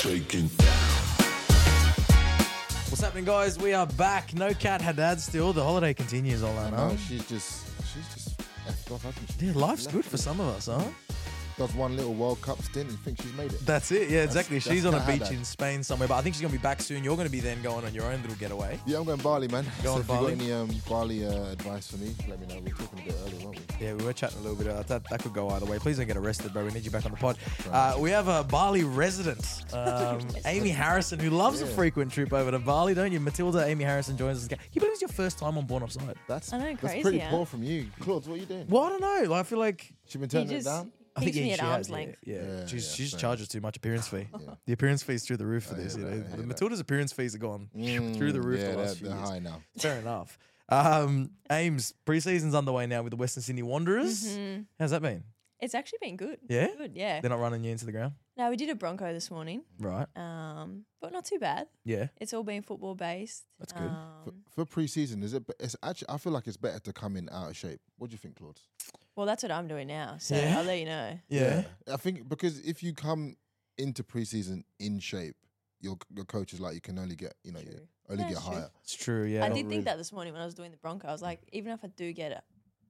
Taking What's happening, guys? We are back. No cat Haddad still. The holiday continues, all I know. No, she's just, she's just effed off, hasn't she? Oh. Yeah, life's good for some of us, huh? Does one little World Cup stint and think she's made it. That's it. Yeah, exactly. that's She's on a Kat beach Haddad. in Spain somewhere, but I think she's going to be back soon. You're going to be then going on your own little getaway. Yeah, I'm going Bali, man. Go on, so Bali. if you got any um, Bali uh, advice for me, let me know. We were talking a bit earlier, weren't Oh, we? Yeah, we were chatting a little bit. About that that could go either way. Please don't get arrested, bro. We need you back on the pod. Uh, we have a Bali resident, um, Amy Harrison, who loves a frequent trip over to Bali, don't you? Matilda Amy Harrison joins us. again. Can you believe it's your first time on Born Offside? That's, I know, that's crazy, pretty yeah. poor from you. Claude, what are you doing? Well, I don't know. Like, I feel like She been He turning just it down? I keeps yeah, me at she arm's has, yeah, length. Yeah, Yeah, she's yeah, Oh, she's fair. charges too much appearance fee. The appearance fee's through the roof for this. You know, the Matilda's appearance fees are gone through the Mm, roof Yeah, the they're, last few they're years. high now. Fair enough. Um, Ames preseason's underway now with the Western Sydney Wanderers. Mm-hmm. How's that been? It's actually been good. Yeah? Good, yeah. They're not running you into the ground, No, we did a Bronco this morning, Mm. right? um, but not too bad. Yeah, It's all been football based. that's good. Um. For, for pre-season, is it? be- It's actually. I feel like it's better to come in out of shape. What do you think, Claude? Well, that's what I'm doing now, so Yeah? I'll let you know. yeah. I think because if you come into preseason in shape, your your coach is like you can only get you know you True. only Yeah, get it's true. higher. it's true. Yeah, I did think that this morning when I was doing the Bronco. I was like, even if I do get a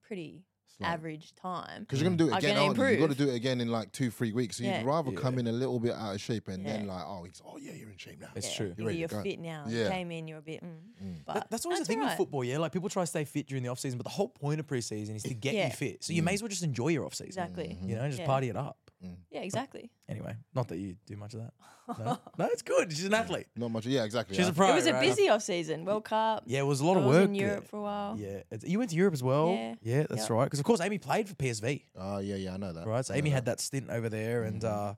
pretty average time, Because you're gonna do it I'm again. gonna aren't you? you got to improve. do it again in like two three weeks. So Yeah. you'd rather Yeah. come in a little bit out of shape and then Yeah. like oh he's, oh yeah you're in shape now. It's true. You're ready you're to go. fit now. You Yeah. came in, you're a bit. Mm. But That- that's always the thing all with right. football, yeah. Like people try to stay fit during the off season, but the whole point of preseason is to get Yeah. you fit. Mm. So you may as well just enjoy your off season. Exactly. You know, just Yeah. party it up. Yeah, exactly. Anyway, not that you do much of that. No, no it's good. She's an athlete. Not much. Yeah, exactly. She's I- a pro. it was right? a busy off season. World Cup. Yeah, it was a lot of I was work. in yeah. Europe for a while. Yeah, it's, you went to Europe as well. Yeah. that's Yep. right. Because of course Amy played for PSV, Oh yeah, yeah, I know that. right? So I know Amy that. had that stint over there, and uh,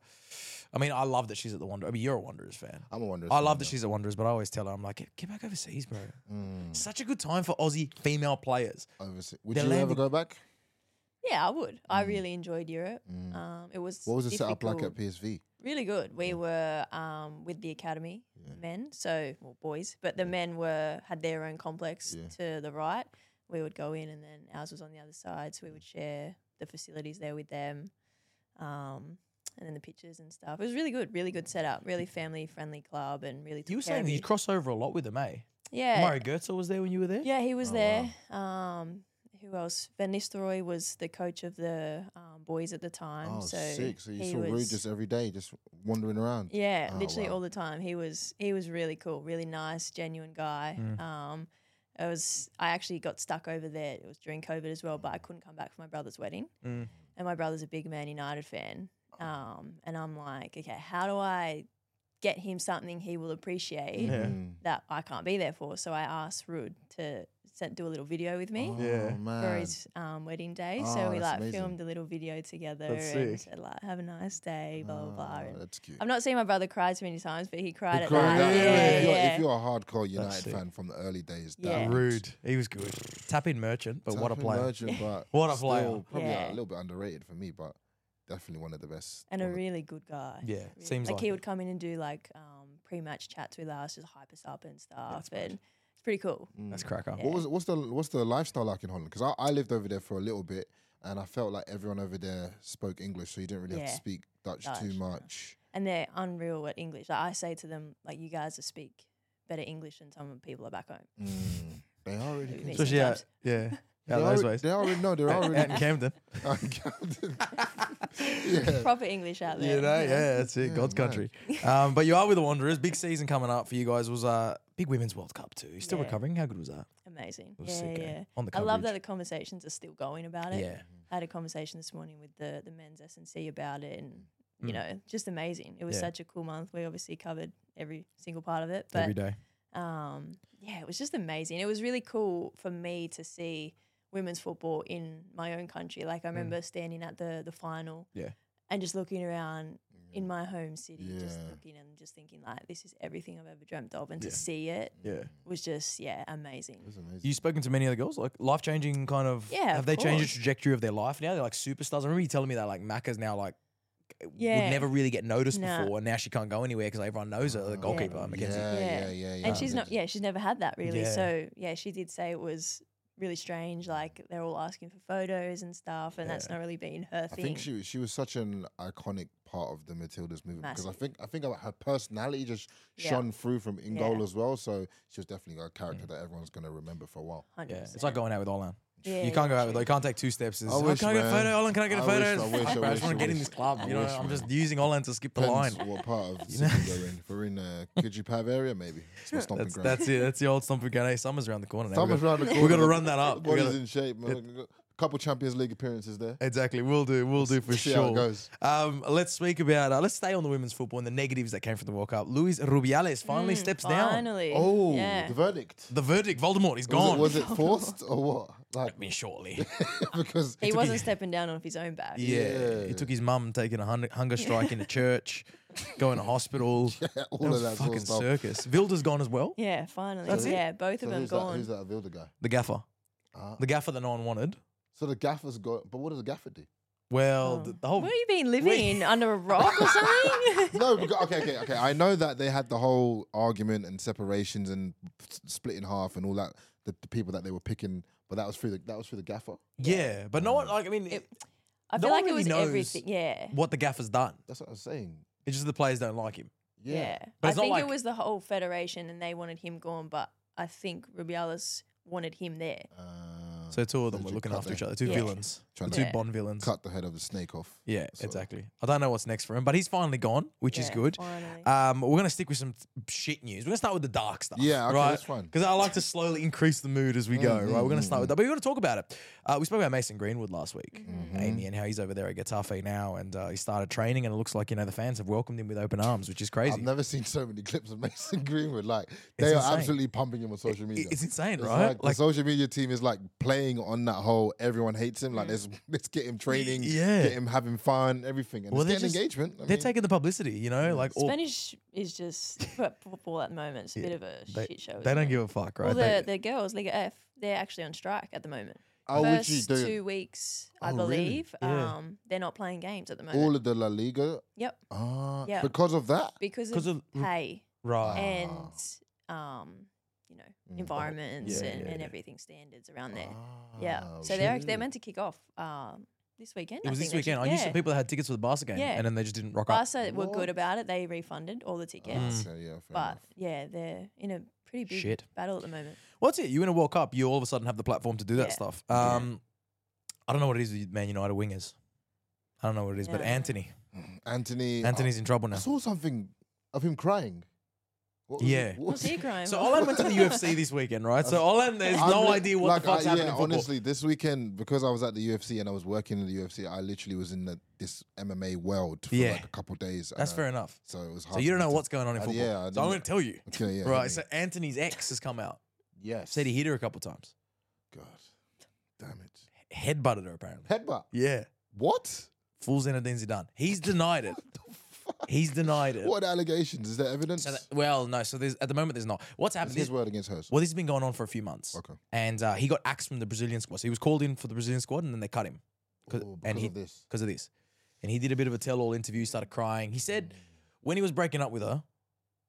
I mean, I love that she's at the Wanderers. I mean, you're a Wanderers fan. I'm a Wanderers I fan, love that yeah. she's at Wanderers, but I always tell her, I'm like, "Get- get back overseas, bro. Such a good time for Aussie female players. Overse- Would They're you ever landing- go back? Yeah, I would. Mm. I really enjoyed Europe. Um, it was Mm. What was the setup like at difficult. PSV? Really good. We were um, with the academy men, so well, boys, but the men were had their own complex to the right. We would go in, and then ours was on the other side, so we would share the facilities there with them, um, and then the pitches and stuff. It was really good, really good setup, really family friendly club, and really. Took You were care saying of that you cross over a lot with them, eh? yeah, Mario Goetzel was there when you were there. yeah, he Oh, was there. Um, who else? Van Nistelrooy was the coach of the um, boys at the time. Oh, so sick. So you he saw Rude was- just every day, just wandering around. yeah, Oh, literally wow. all the time. He was he was really cool, really nice, genuine guy. Mm. Um, it was I actually got stuck over there. It was during COVID as well, but I couldn't come back for my brother's wedding. Mm. And my brother's a big Man United fan. Oh. Um, and I'm like, okay, how do I get him something he will appreciate Hmm. that I can't be there for? So I asked Rud to send, do a little video with me Yeah, for Oh, man. his um, wedding day. Oh, so we that's like amazing. filmed a little video together That's and sick. said like, "Have a nice day," blah blah blah. Oh, And that's cute. I've not seen my brother cry too many times, but he cried at Growing that. up, Yeah, if, you're, yeah. if you're a hardcore United sick. fan from the early days, that Yeah. would- Rude. He was good. Tap in merchant, but what a Southend player. Merchant, but What a player. still Probably Yeah. a little bit underrated for me, but definitely one of the best. and a one of- really good guy. Yeah, Really- seems like, like he it. would come in and do like um, pre-match chats with us, just hype us up and stuff. and it's pretty cool. That's cracker. Mm. What was what's the what's the lifestyle like in Holland? Because I, I lived over there for a little bit, and I felt like everyone over there spoke English, so you didn't really have Yeah. to speak Dutch, too Dutch, no. much. And they're unreal at English. Like, I say to them, like, you guys are speak better English than some of the people are back home. Mm. They are really Maybe. good. Especially out, sometimes. yeah, They out are, those ways. they are really no, they are Out in really. Camden. yeah. Proper English out there. You know, yeah, that's it. God's country. Um, but you are with the Wanderers. Big season coming up for you guys. Was uh, big Women's World Cup too. You're still Yeah. recovering. How good was that? Amazing. was yeah, sick, eh? yeah. On the I love coverage. that the conversations are still going about it. Yeah. I had a conversation this morning with the the men's S and C about it, and you know, just amazing. It was Mm. Yeah. such a cool month. We obviously covered every single part of it, but Every day. um, yeah, it was just amazing. It was really cool for me to see women's football in my own country. Like I Mm. remember standing at the the final Yeah. and just looking around in my home city, just Yeah. looking and just thinking like this is everything I've ever dreamt of, and to see it Yeah. was just yeah amazing. It's amazing. You've spoken to many other girls, like life changing kind of. Yeah, Have of they changed the course. trajectory of their life now? They're like superstars. I remember you telling me that like Macca's now like would Yeah. never really get noticed Nah. before, and now she can't go anywhere because everyone knows her, the goalkeeper Mackenzie. Yeah, yeah, Yeah. yeah, yeah. and she's not yeah she's never had that really Yeah. so yeah she did say it was really strange like they're all asking for photos and stuff and that's not really been her I thing think she was- she was such an iconic part of the Matildas movement because I think I think about her personality just Yeah. shone through from in goal Yeah. Mm. as well. So she was definitely a character that everyone's gonna remember for a while. 100%. Yeah, it's like going out with Olan. Yeah, you can't go yeah, out with. You can't take two steps. It's, I oh, wish, can I get a man. photo, Olan? Can I get a I photo? wish, I It's wish, fuck, I bro, I just wish, want to I get in wish. this club. I You know, wish, I'm man. just using Olan to skip the line. Depends what part of the city we're in. If we're in uh, Kujipav area, maybe. It's my stomping That's ground. that's it. That's the old stomping ground. Hey, summer's around the corner. Now. Summer's we round the corner. We got to run that up. We Body's gotta- in shape. man. couple Champions League appearances there. Exactly, we'll do, we'll do for see sure. how it goes. Um, let's speak about, uh, let's stay on the women's football and the negatives that came from the World Cup. Luis Rubiales finally steps down. Mm, finally Oh, yeah Oh, the verdict. The verdict, Voldemort, he's Was gone. it, was it forced or what? Like I mean, shortly. because he wasn't stepping down off his own back yeah, he took his mum taking a hun- hunger strike in the church, going to hospital. all that was of that sort of fucking stuff. circus. Vilda's gone as well. yeah finally That's it? yeah both so of them who's that, gone who's that Vilda guy? The gaffer, Ah. the gaffer that no one wanted. So the gaffer's got, but what does the gaffer do? Well, the, the whole where have Oh. you been living in under a rock or something No, because, okay, okay, okay. I know that they had the whole argument and separations and s- split in half and all that. The, the people that they were picking, but that was through the that was through the gaffer. yeah, but no one like. I mean, i No feel one like it really was knows everything yeah what the gaffer's done. That's what I was saying. It's just the players don't like him. Yeah. Yeah. But I it's not think like- it was the whole federation and they wanted him gone, but I think Rubiales wanted him there. Uh, So two of them so were you looking cut after the- each other, two Yeah. villains, the Trying two to Bond villains. Cut the head of the snake off. Yeah, sort of. exactly. I don't know what's next for him, but he's finally gone, which is Yeah, good. finally. Um, we're gonna stick with some th- shit news. We're gonna start with the dark stuff. Yeah, okay, right? that's fine. Because I like to slowly increase the mood as we go. Right, we're gonna start with that, but we got to talk about it. Uh, we spoke about Mason Greenwood last week, Mm-hmm. Amy, and how he's over there at Getafe now, and uh, he started training, and it looks like you know the fans have welcomed him with open arms, which is crazy. I've never seen so many clips of Mason Greenwood. Like they are insane. absolutely pumping him on social media. it's insane, It's right? Like, Like- the social media team is like playing on that whole everyone hates him. Like let's let's get him training, Mm. Yeah. get him having fun, everything, and it's they're getting just- engagement. I they're mean, taking the publicity, you know, like all, Spanish is just f- football at the moment. It's a bit of a they, shit show. they isn't don't it? give a fuck, right? Well, They- the, the girls, Liga F, they're actually on strike at the moment. Oh, would you First do- two weeks, I Oh, really? believe, Yeah. um, they're not playing games at the moment. all of the La Liga. yep, Ah, Yeah. because of that. because 'Cause of, of r- pay Ah. right. and um, you know Mm. environments Yeah, and, yeah, and yeah. everything standards around there. Yeah. So Ah, shit. they're act- they're meant to kick off um, this weekend. It was this I think they should- weekend. I knew yeah. some people that had tickets for the Barca game, Yeah. and then they just didn't rock up. Barca were What? good about it. They refunded all the tickets, Okay, yeah, fair but enough. yeah, they're in a pretty big Shit. battle at the moment. What's it? You win a World Cup, you all of a sudden have the platform to do that Yeah. stuff. Um, I don't know what it is with Man United wingers. I don't know what it is, but No. Anthony, Mm-hmm. Anthony. Anthony's in trouble I, now. I saw something of him crying. What was it? Yeah. What was What's he it? crying? So about? Olan went to the UFC this weekend, right? So Olan has I'm no li- idea what like, the fuck's I, happening. Yeah, in football. honestly, this weekend because I was at the UFC and I was working in the UFC, I literally was in the, this MMA world for Yeah. like a couple days. that's and, uh, fair enough. So it was hard. So you for don't me know to- what's going on in I- football. yeah, I so I'm going didn't- to tell you. Okay, yeah. right. hit So me. Anthony's ex has come out. yes. Said he hit her a couple times. God, damn it. Headbutted her apparently. Headbutt. Yeah. What? Full Zinedine Zidane. He's denied it. He's denied it. What allegations? Is there evidence? So that- well, no. So there's at the moment there's not. What's It's happened? his Is, word against hers. well, this has been going on for a few months. Okay. And uh, he got axed from the Brazilian squad. So he was called in for the Brazilian squad, and then they cut him. 'Cause- Oh, and because he, of this. Because of this, and he did a bit of a tell-all interview. Started crying. He Mm. said when he was breaking up with her,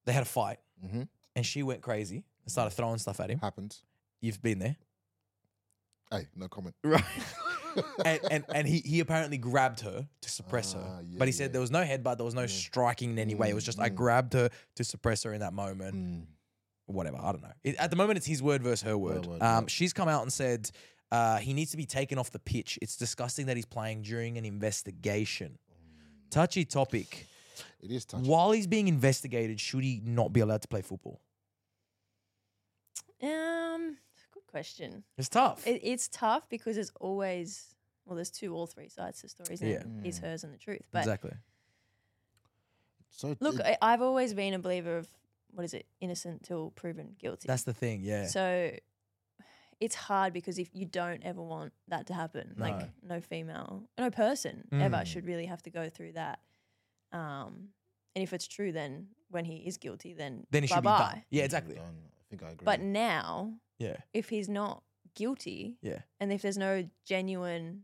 they had a fight, Mhm. and she went crazy and started throwing stuff at him. Happens. You've been there, Hey, no comment. right? and, and and he he apparently grabbed her to suppress Ah, her. yeah, but he said yeah. Mm, there was no headbutt, there was no striking in any way. It was just I grabbed her to suppress her in that moment. Whatever, I don't know. It- at the moment, it's his word versus her word. word, um, She's come out and said uh, he needs to be taken off the pitch. It's disgusting that he's playing during an investigation. Mm. Touchy topic. It is touching. While he's being investigated, should he not be allowed to play football? um, good question. It's tough. It, it's tough because there's always well, there's two or three sides to stories. Yeah. Yeah, is hers and the truth. But exactly. So look, it- I, I've always been a believer of what is it, innocent till proven guilty. That's the thing. Yeah. So it's hard because if you don't ever want that to happen, like no female, no person Mm. ever should really have to go through that. Um, and if it's true, then when he is guilty, then Then he should be bye-bye. done. Yeah, exactly. Done. I think I agree. But now, Yeah, if he's not guilty, yeah, and if there's no genuine,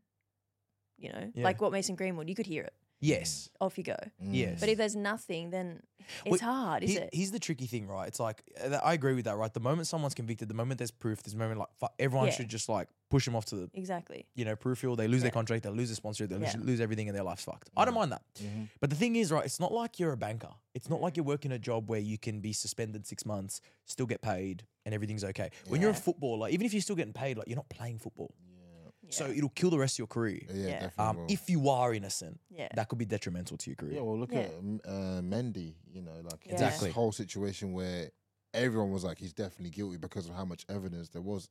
you know, Yeah. like what Mason Greenwood, you could hear it. yes, Off you go. Mm. yes. But if there's nothing, then Well, it's hard, is he- it? Here's the tricky thing, right? It's like uh, that- I agree with that, right? The moment someone's convicted, the moment there's proof, there's a moment like fu- everyone Yeah. should just like push them off to the Exactly. you know proof field. They lose their contract, they lose their sponsorship, they lose, Yeah. Mm-hmm. lose everything, and their life's fucked. I don't mind that. But the thing is, right? It's not like you're a banker. It's not like you're working a job where you can be suspended six months, still get paid, and everything's okay. When you're a footballer, even if you're still getting paid, like you're not playing football, so it'll kill the rest of your career. yeah, Yeah. definitely. Um, will. if you are innocent, Yeah. that could be detrimental to your career. yeah, well, look Yeah. at um, uh, Mendy. You know, like Yeah. Exactly. this whole situation where everyone was like, he's definitely guilty because of how much evidence there was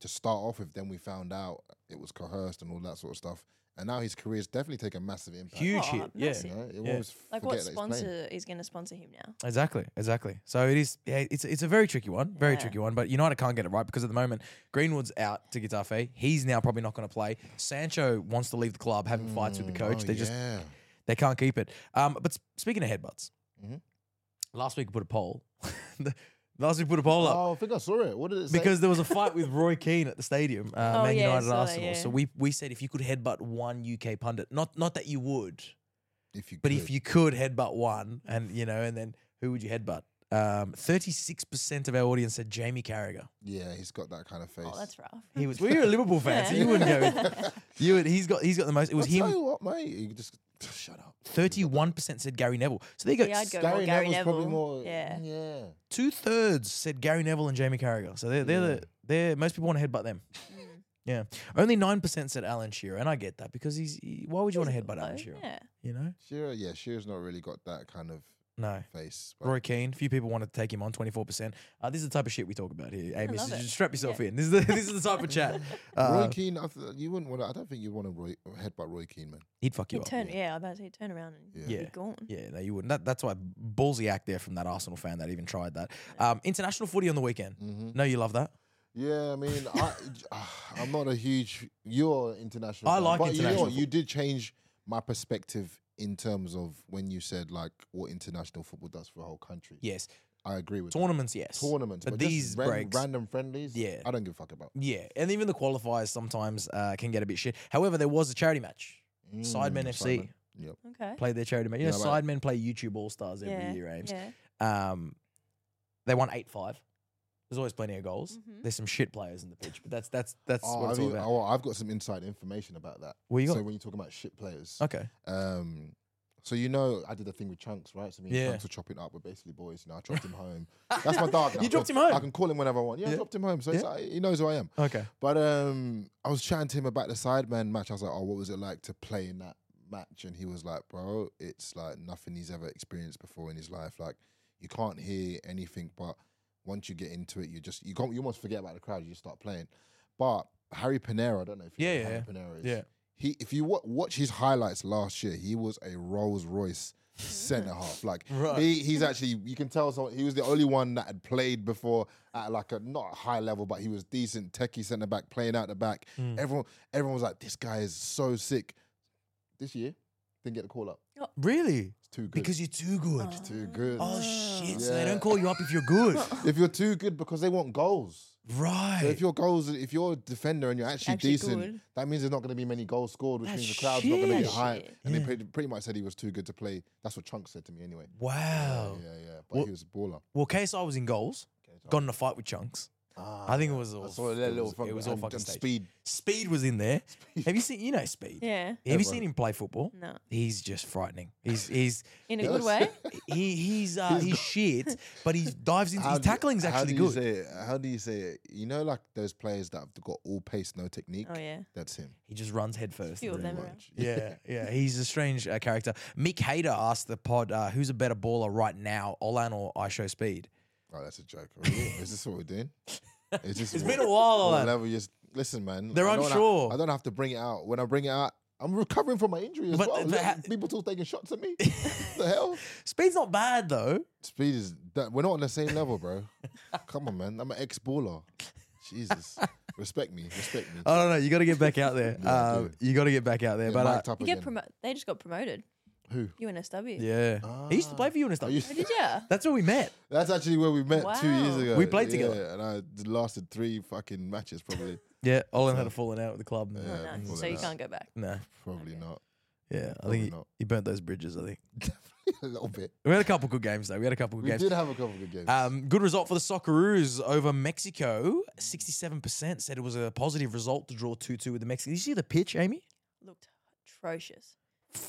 to start off with. Then we found out it was coerced and all that sort of stuff. And now his career's definitely taken a massive impact. Huge Oh, hit, yeah. massive. You know? It Yeah. always Like what forget that he's playing. sponsor is going to sponsor him now? Exactly, exactly. So it is. Yeah, it's it's a very tricky one, very tricky one. But United can't get it right because at the moment Greenwood's out to Getafe. He's now probably not going to play. Sancho wants to leave the club, having fights with the Mm, coach. Oh, they just yeah. they can't keep it. Um, but s- speaking of headbutts, Mm-hmm. last week we put a poll. The- last week we put a poll up Oh, I think I saw it. What did it say? because there was a fight with Roy Keane at the stadium, uh, Oh, Man yeah, I United and saw that, Arsenal. yeah. So we we said if you could headbutt one UK pundit, not not that you would, if you but could. if you could headbutt one, and you know, and then who would you headbutt? Um, Thirty-six percent of our audience said Jamie Carragher. yeah, he's got that kind of face. Oh, that's rough. He was. Well, you're a Liverpool fan, so you wouldn't go. With, you would. He's got. He's got the most. It was I'll tell him. you what, mate. You just shut up. Thirty-one percent said Gary Neville. So there you go. Yeah, I'd go more Gary, Gary Neville's Neville. probably more. yeah. yeah. Two thirds said Gary Neville and Jamie Carragher. So they're they're the, they're most people want to headbutt them. Mm. Yeah. Only nine percent said Alan Shearer, and I get that because he's. He, why would you want to headbutt Alan Although, Shearer? Yeah. You know. Shearer, yeah, Shearer's not really got that kind of No. face. but- Roy Keane. Few people want to take him on. Twenty four percent. Uh, This is the type of shit we talk about here, Amy. So love it. just strap yourself in. This is the this is the type of chat. Roy Uh, Keane, I th- you wouldn't want. to I don't think you'd want to Roy, headbutt Roy Keane, man. he'd fuck you He'd up. turn, yeah. I was about to say, he'd turn around and Yeah. be gone. Yeah, no, you wouldn't. That, that's why ballsy act there from that Arsenal fan that even tried that. Um, international footy on the weekend. No, you love that. Mm-hmm. Yeah, I mean, I, I'm not a huge. You're international. I fan, like but You, know international what, you did change my perspective in terms of when you said like what international football does for a whole country. Yes, I agree with that. tournaments. Yes, tournaments, But, but, just these ran- breaks. random friendlies. Yeah. I don't give a fuck about. yeah, and even the qualifiers sometimes uh, can get a bit shit. However, there was a charity match. Sidemen FC Sidemen. Mm, Yep. Okay. played their charity match. You know, Yeah, right. Sidemen play YouTube All Stars every yeah. year, Ames. Yeah. Um, they won eight five. There's always plenty of goals. Mm-hmm. There's some shit players in the pitch, but that's that's that's Oh, what I've, it's all even- about. oh, I've got some inside information about that. What you got? So when you talk about shit players, Okay. Um, so you know, I did the thing with chunks, right? So me and Yeah. chunks were chopping up. We're basically boys. You know, I dropped him home. That's my dog. Now. You dropped I him can- home? I can call him whenever I want. Yeah, Yeah. I dropped him home. So it's Yeah. like, he knows who I am. Okay. But um, I was chatting to him about the sideman match. I was like, "Oh, what was it like to play in that match?" And he was like, "Bro, it's like nothing he's ever experienced before in his life. Like, you can't hear anything, but once you get into it, you just you can't you almost forget about the crowd. You just start playing." But Harry Panera, I don't know if you Yeah, know who yeah, Harry Panera is. yeah. He, if you wa- watch his highlights last year, he was a Rolls Royce centre half. Like he, he's actually, you can tell. Someone, he was the only one that had played before at like a not a high level, but he was decent, techie centre back, playing out the back. Hmm. Everyone, everyone was like, "This guy is so sick." This year, didn't get the call up. Really? It's too good. Because you're too good. too good. Oh shit! So they Yeah. don't call you up if you're good, if you're too good, because they want goals. So right? if your goals, if you're a defender and you're actually, Actually decent, good. that means there's not going to be many goals scored, which That's means the crowd's not going to shit. get high. Shit. And they pretty, pretty much said he was too good to play. That's what Chunk said to me anyway. wow. Yeah, yeah. But he was a baller. Well, KSI was in goals. Got in a fight with Chunks. I think it was all. Ah, saw it, that little was, fucking- it was all and- fucking and stage. Speed. Speed was in there. Have you seen? You know Speed. Yeah. Have you seen him play football? No. He's just frightening. He's he's In a good way. he he's uh, he's shit, but he dives into. How His do you- tackling's how actually do you good. Say it? How do you say it? You know, like those players that have got all pace, no technique. Oh, yeah. that's him. He just runs headfirst. Few of them around. Yeah, yeah, he's a strange uh, character. Mick Hayter asked the pod, uh, "Who's a better baller right now, Olan or I Show Speed?" Oh, that's a joke. Really? is this what we're doing? Is this It's what- been a while, what Alan. level you s- listen, man. They're I don't ha- unsure. I don't have to bring it out. When I bring it out, I'm recovering from my injury as But- well. but Look, ha- People still taking shots at me. the hell? Speed's not bad though. Speed is that we're not on the same level, bro. Come on, man. I'm an ex baller. Jesus. respect me, respect me. I don't know. You got to get back out there. Yeah, I um, do. you got to get back out there. Get but uh, mic'd up You get again. promo- They just got promoted. Who? UNSW. yeah, he used to play for you and stuff. I used- Oh, did ya? That's where we met. That's actually where we met two years Wow. ago. We played together. Yeah, and I d- lasted three fucking matches, probably. Yeah, Olin had a falling out with the club. Yeah, No, before Oh, so you that. can't go back. No, Probably not. yeah, I Probably think he, not. he burnt those bridges. I think a little bit. we had a couple good games though. We had a couple good We games. did have a couple of good games. Um, good result for the Socceroos over Mexico. Sixty-seven percent said it was a positive result to draw two-two with the Mexicans. Did you see the pitch, Amy? Looked atrocious.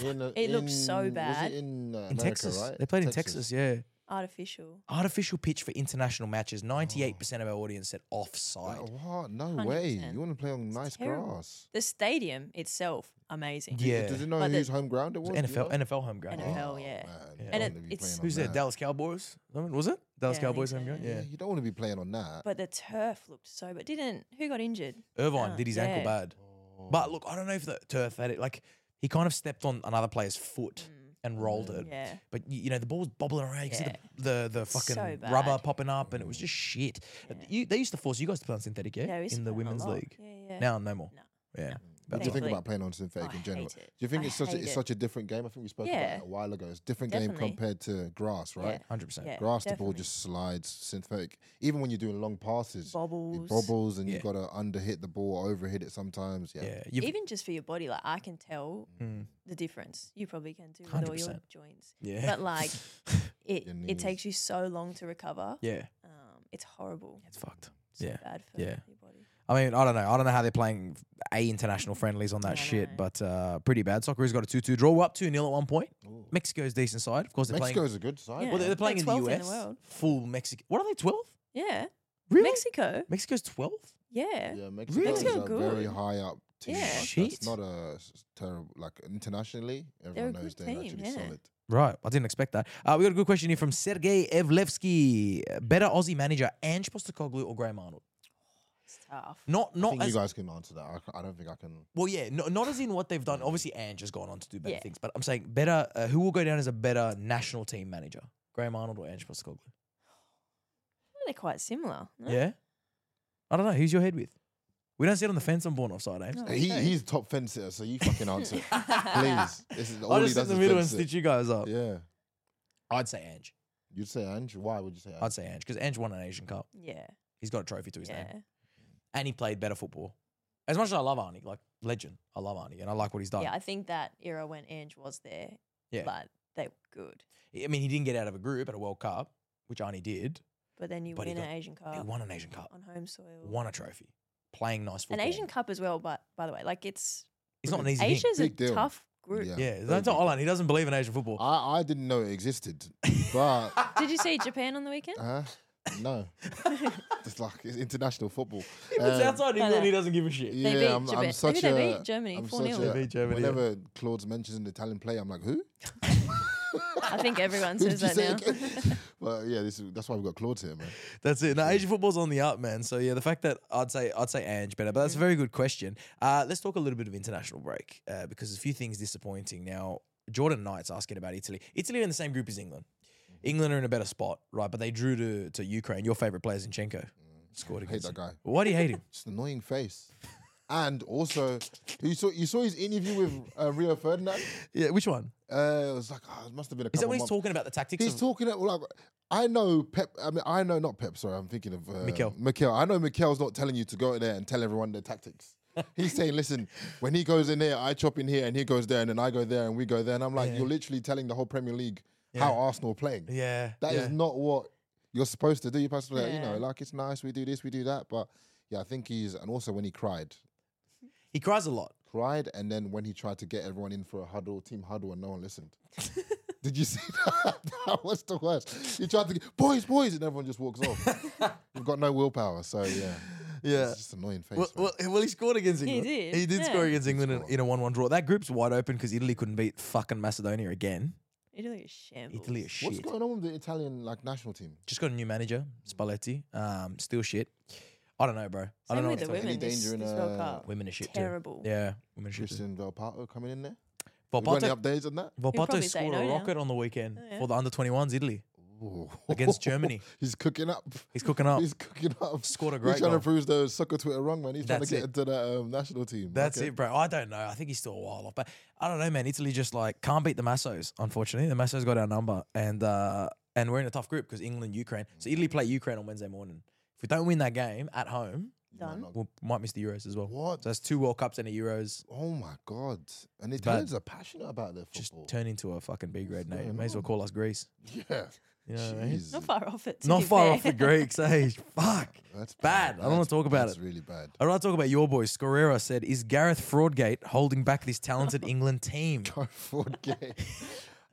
In, uh, it looked so in- was it bad. in, uh, In America, Texas, right? they played in Texas. Yeah, Artificial. artificial pitch for international Oh. matches. Ninety-eight percent of our audience said offside. Like, what? No way. 100%. You want to play on nice terrible. grass? The stadium itself, amazing. Yeah, Does it know But the- whose home ground it was? It's do you NFL know? NFL home ground. NFL. Oh, Yeah. man, you yeah. And don't it- wanna be it's- playing on Who's that? that? Dallas Cowboys. I mean, was it Dallas Yeah, I think Cowboys so, home ground? yeah. Yeah. You don't want to be playing on that. But the turf looked so bad. Didn't who got injured? Irvine Oh, did his yeah. ankle bad. But look, I don't know if the turf had it. Like he kind of stepped on another player's foot and rolled it. Mm. Yeah. But y- you know the ball was bobbling around. You could see the, the the fucking so bad. rubber popping up, and it was just shit. Uh, You, they used to force you guys to play on synthetic, yeah, Yeah, we used to in the play on a women's lot. league. Yeah, yeah. Now no more. No. Yeah. What do you think Thankfully. about playing on synthetic I in general? hate Do it. you think I it's such a, hate it's it. such a different game? I think we spoke about Yeah. it a while ago. It's a different game Definitely. compared to grass, right? Hundred percent. Yeah, Grass, the ball definitely. just slides. Synthetic, even when you're doing long passes, it Bobbles. bobbles, and Yeah. you've got to underhit the ball, overhit it sometimes. Yeah, Yeah. You've, Even just for your body, like I can tell the difference. You probably can too with all your 100%. joints. Yeah. But like it Your it knees. takes you so long to recover. yeah. Um, it's horrible. It's fucked. so yeah. bad for yeah. your body. I mean, I don't know. I don't know how they're playing A international friendlies on that shit, but uh, pretty bad. Socceroos got a 2 2 draw. We're up 2 0 at one point. Mexico's decent side. Of course, they're Mexico's a good side. Yeah. playing. Well, they're playing in the 12th in US. the world. Full Mexico. What are they, 12? Yeah. Really? Mexico. Mexico's 12? Yeah. Yeah, Mexico's Mexico a very good. high up team. Yeah. Like, Shit. That's not a s- terrible like internationally. Everyone a knows good they're team, actually yeah. solid. Right. I didn't expect that. Uh, we got a good question here from Sergei Evlevsky. Better Aussie manager, Ange Postacoglu or Graham Arnold? It's tough. Not, I not think as you guys can answer that. I, c- I don't think I can. Well, yeah, no, not as in what they've done. Obviously, Ange has gone on to do better Yeah. things, but I'm saying better. Uh, who will go down as a better national team manager, Graham Arnold or Ange Postecoglou? They're quite similar. no? Yeah, I don't know. Who's your head with? We don't sit on the fence on born offside, eh? Ames. Oh, He, he's top fence sitter, so you fucking answer, it. please. This is all I'll he just sit in does the is middle and fence stitch sit. you guys up. Yeah, I'd say Ange. you'd say Ange. Why would you say Ange? I'd say Ange because Ange won an Asian Cup. Yeah. He's got a trophy to his Yeah. name, and he played better football. As much as I love Arnie, like legend, I love Arnie, and I like what he's done. Yeah. I think that era when Ange was there, Yeah. but they were good. I mean, he didn't get out of a group at a World Cup, which Arnie did. But then you But he win an got- Asian Cup. He won an Asian Cup, Uh, on home soil. won a trophy, playing nice an football. Asian Cup as well, but by the way, like it's It's not an easy thing. Asia's a Big deal. tough group. Yeah. Yeah, that's not Olan. He doesn't believe in Asian football. I, I didn't know it existed, but Did you see Japan on the weekend? uh, no, it's like it's international football. It's Um, outside England. know. He doesn't give a shit. yeah, beat I'm, Japan- I'm who such they a beat? Germany, I'm 4-0. such a- They beat Germany, yeah. Whenever Claude mentions an Italian player, I'm like, who? I think everyone Who did says you that say now. again? well, yeah, this is, that's why we've got Claude here, man. That's it. No, Asian football's on the up, man. So yeah, the fact that I'd say I'd say Ange better, but that's a very good question. Uh, let's talk a little bit of international break uh, because there's a few things disappointing. Now Jordan Knight's asking about Italy. Italy are in the same group as England. England are in a better spot, right? But they drew to, to Ukraine. Your favorite player, Zinchenko, scored Hate against. that him. guy. Why do you hate him? Just an annoying face. And also, you saw you saw his interview with uh, Rio Ferdinand. yeah, which one? Uh, it was like oh, it must have been Is a. that couple when he's months. talking about the tactics? He's of- talking about like I know Pep. I mean, I know not Pep. Sorry, I'm thinking of uh, Mikel. Mikel. I know Mikel's not telling you to go in there and tell everyone their tactics. He's saying, listen, when he goes in there, I chop in here, and he goes there, and then I go there, and we go there, and I'm like, you're literally telling the whole Premier League how Arsenal are playing. yeah, That is yeah. not what you're supposed to do. You're supposed to, be like, you know, Yeah. like it's nice, we do this, we do that, but yeah, I think he's, and also when he cried, he cries a lot. cried, and then when he tried to get everyone in for a huddle, team huddle, and no one listened. Did you see that? that was the worst. He tried to get boys, boys, and everyone just walks off. We've got no willpower, so yeah, Yeah. it's just annoying face. Well, man. well, well, he scored against England. did, He did score yeah. against England in, score. in a one-one draw. That group's wide open because Italy couldn't beat fucking Macedonia again. Italy is shambles. Italy is What's shit. going on with the Italian like national team? Just got a new manager, Spalletti. Um, still shit. I don't know, bro. I don't Same know. what with the to like think. any women this, danger in uh, this a- World Cup. Women are shit Terrible. too. Yeah, women are shit too. Christian Velpato coming in there. We got any Volpato, updates on that? Volpato probably say scored a no now. rocket on the weekend Oh, yeah. for the under 21s Italy. Against Germany. He's cooking up. He's cooking up. He's cooking up. Scored a He's great trying goal. to prove the soccer Twitter wrong, man. He's trying That's to get it. into the um, national team. That's Okay. it, bro. I don't know. I think he's still a while off, but I don't know, man. Italy just like can't beat the Massos. Unfortunately, the Massos got our number, and uh, and we're in a tough group because England, Ukraine. So Italy play Ukraine on Wednesday morning. If we don't win that game at home, Done. we might miss the Euros as well. What? So that's two World Cups and a Euros. Oh my god! And Italians are passionate about their Just football. turn into a fucking B grade name. May as well call us Greece. yeah. You know what I mean? Jeez. Not far off it. to Not be far fair. off the Greeks, eh? Fuck. That's bad. I don't want to talk about that's it. That's really bad. I want to talk about your boys. Scorera said, "Is Gareth Fraudgate holding back this talented England team?" Go for gay.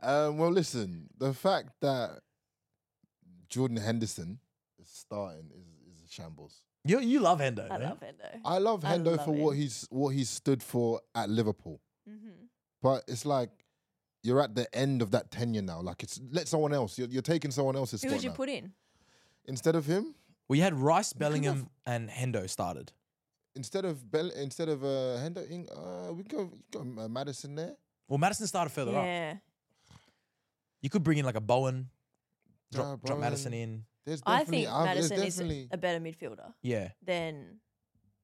um, well, listen, the fact that Jordan Henderson is starting is, is a shambles. You you love Hendo. eh? I no? love it though. I love I Hendo love for what him. he's what he stood for at Liverpool, Mm-hmm. but it's like you're at the end of that tenure now. Like it's let someone else. You're, you're taking someone else's Who spot would you now. put in? instead of him. We had Rice, have- Bellingham, and Hendo started. Instead of Bell, instead of uh, Hendo, Ing- uh, we go you got uh, Madison there. Well, Madison started further up. Yeah. You could bring in like a Bowen, drop, Nah, drop Madison Bowen. in. There's I definitely- think I've- there's Madison is definitely- a better midfielder Yeah, than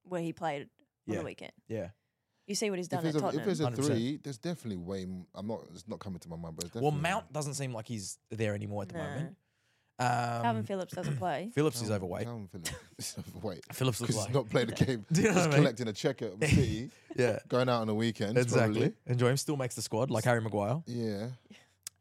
where he played on Yeah. the weekend. yeah. You see what he's If done at there's, a, if Tottenham. there's a 100%. three, there's definitely way. m- I'm not. It's not coming to my mind, but it's Well, definitely- Mount doesn't seem like he's there anymore at the Nah. moment. Calvin Um, Phillips doesn't play. Phillips is Calvin- overweight. Calvin Phillips. is overweight. Phillips looks Because like he's not playing the game. Do you know he's what I mean? collecting a check at City, yeah, going out on the weekend. exactly. Enjoy him. Still makes the squad like Harry Maguire. Yeah.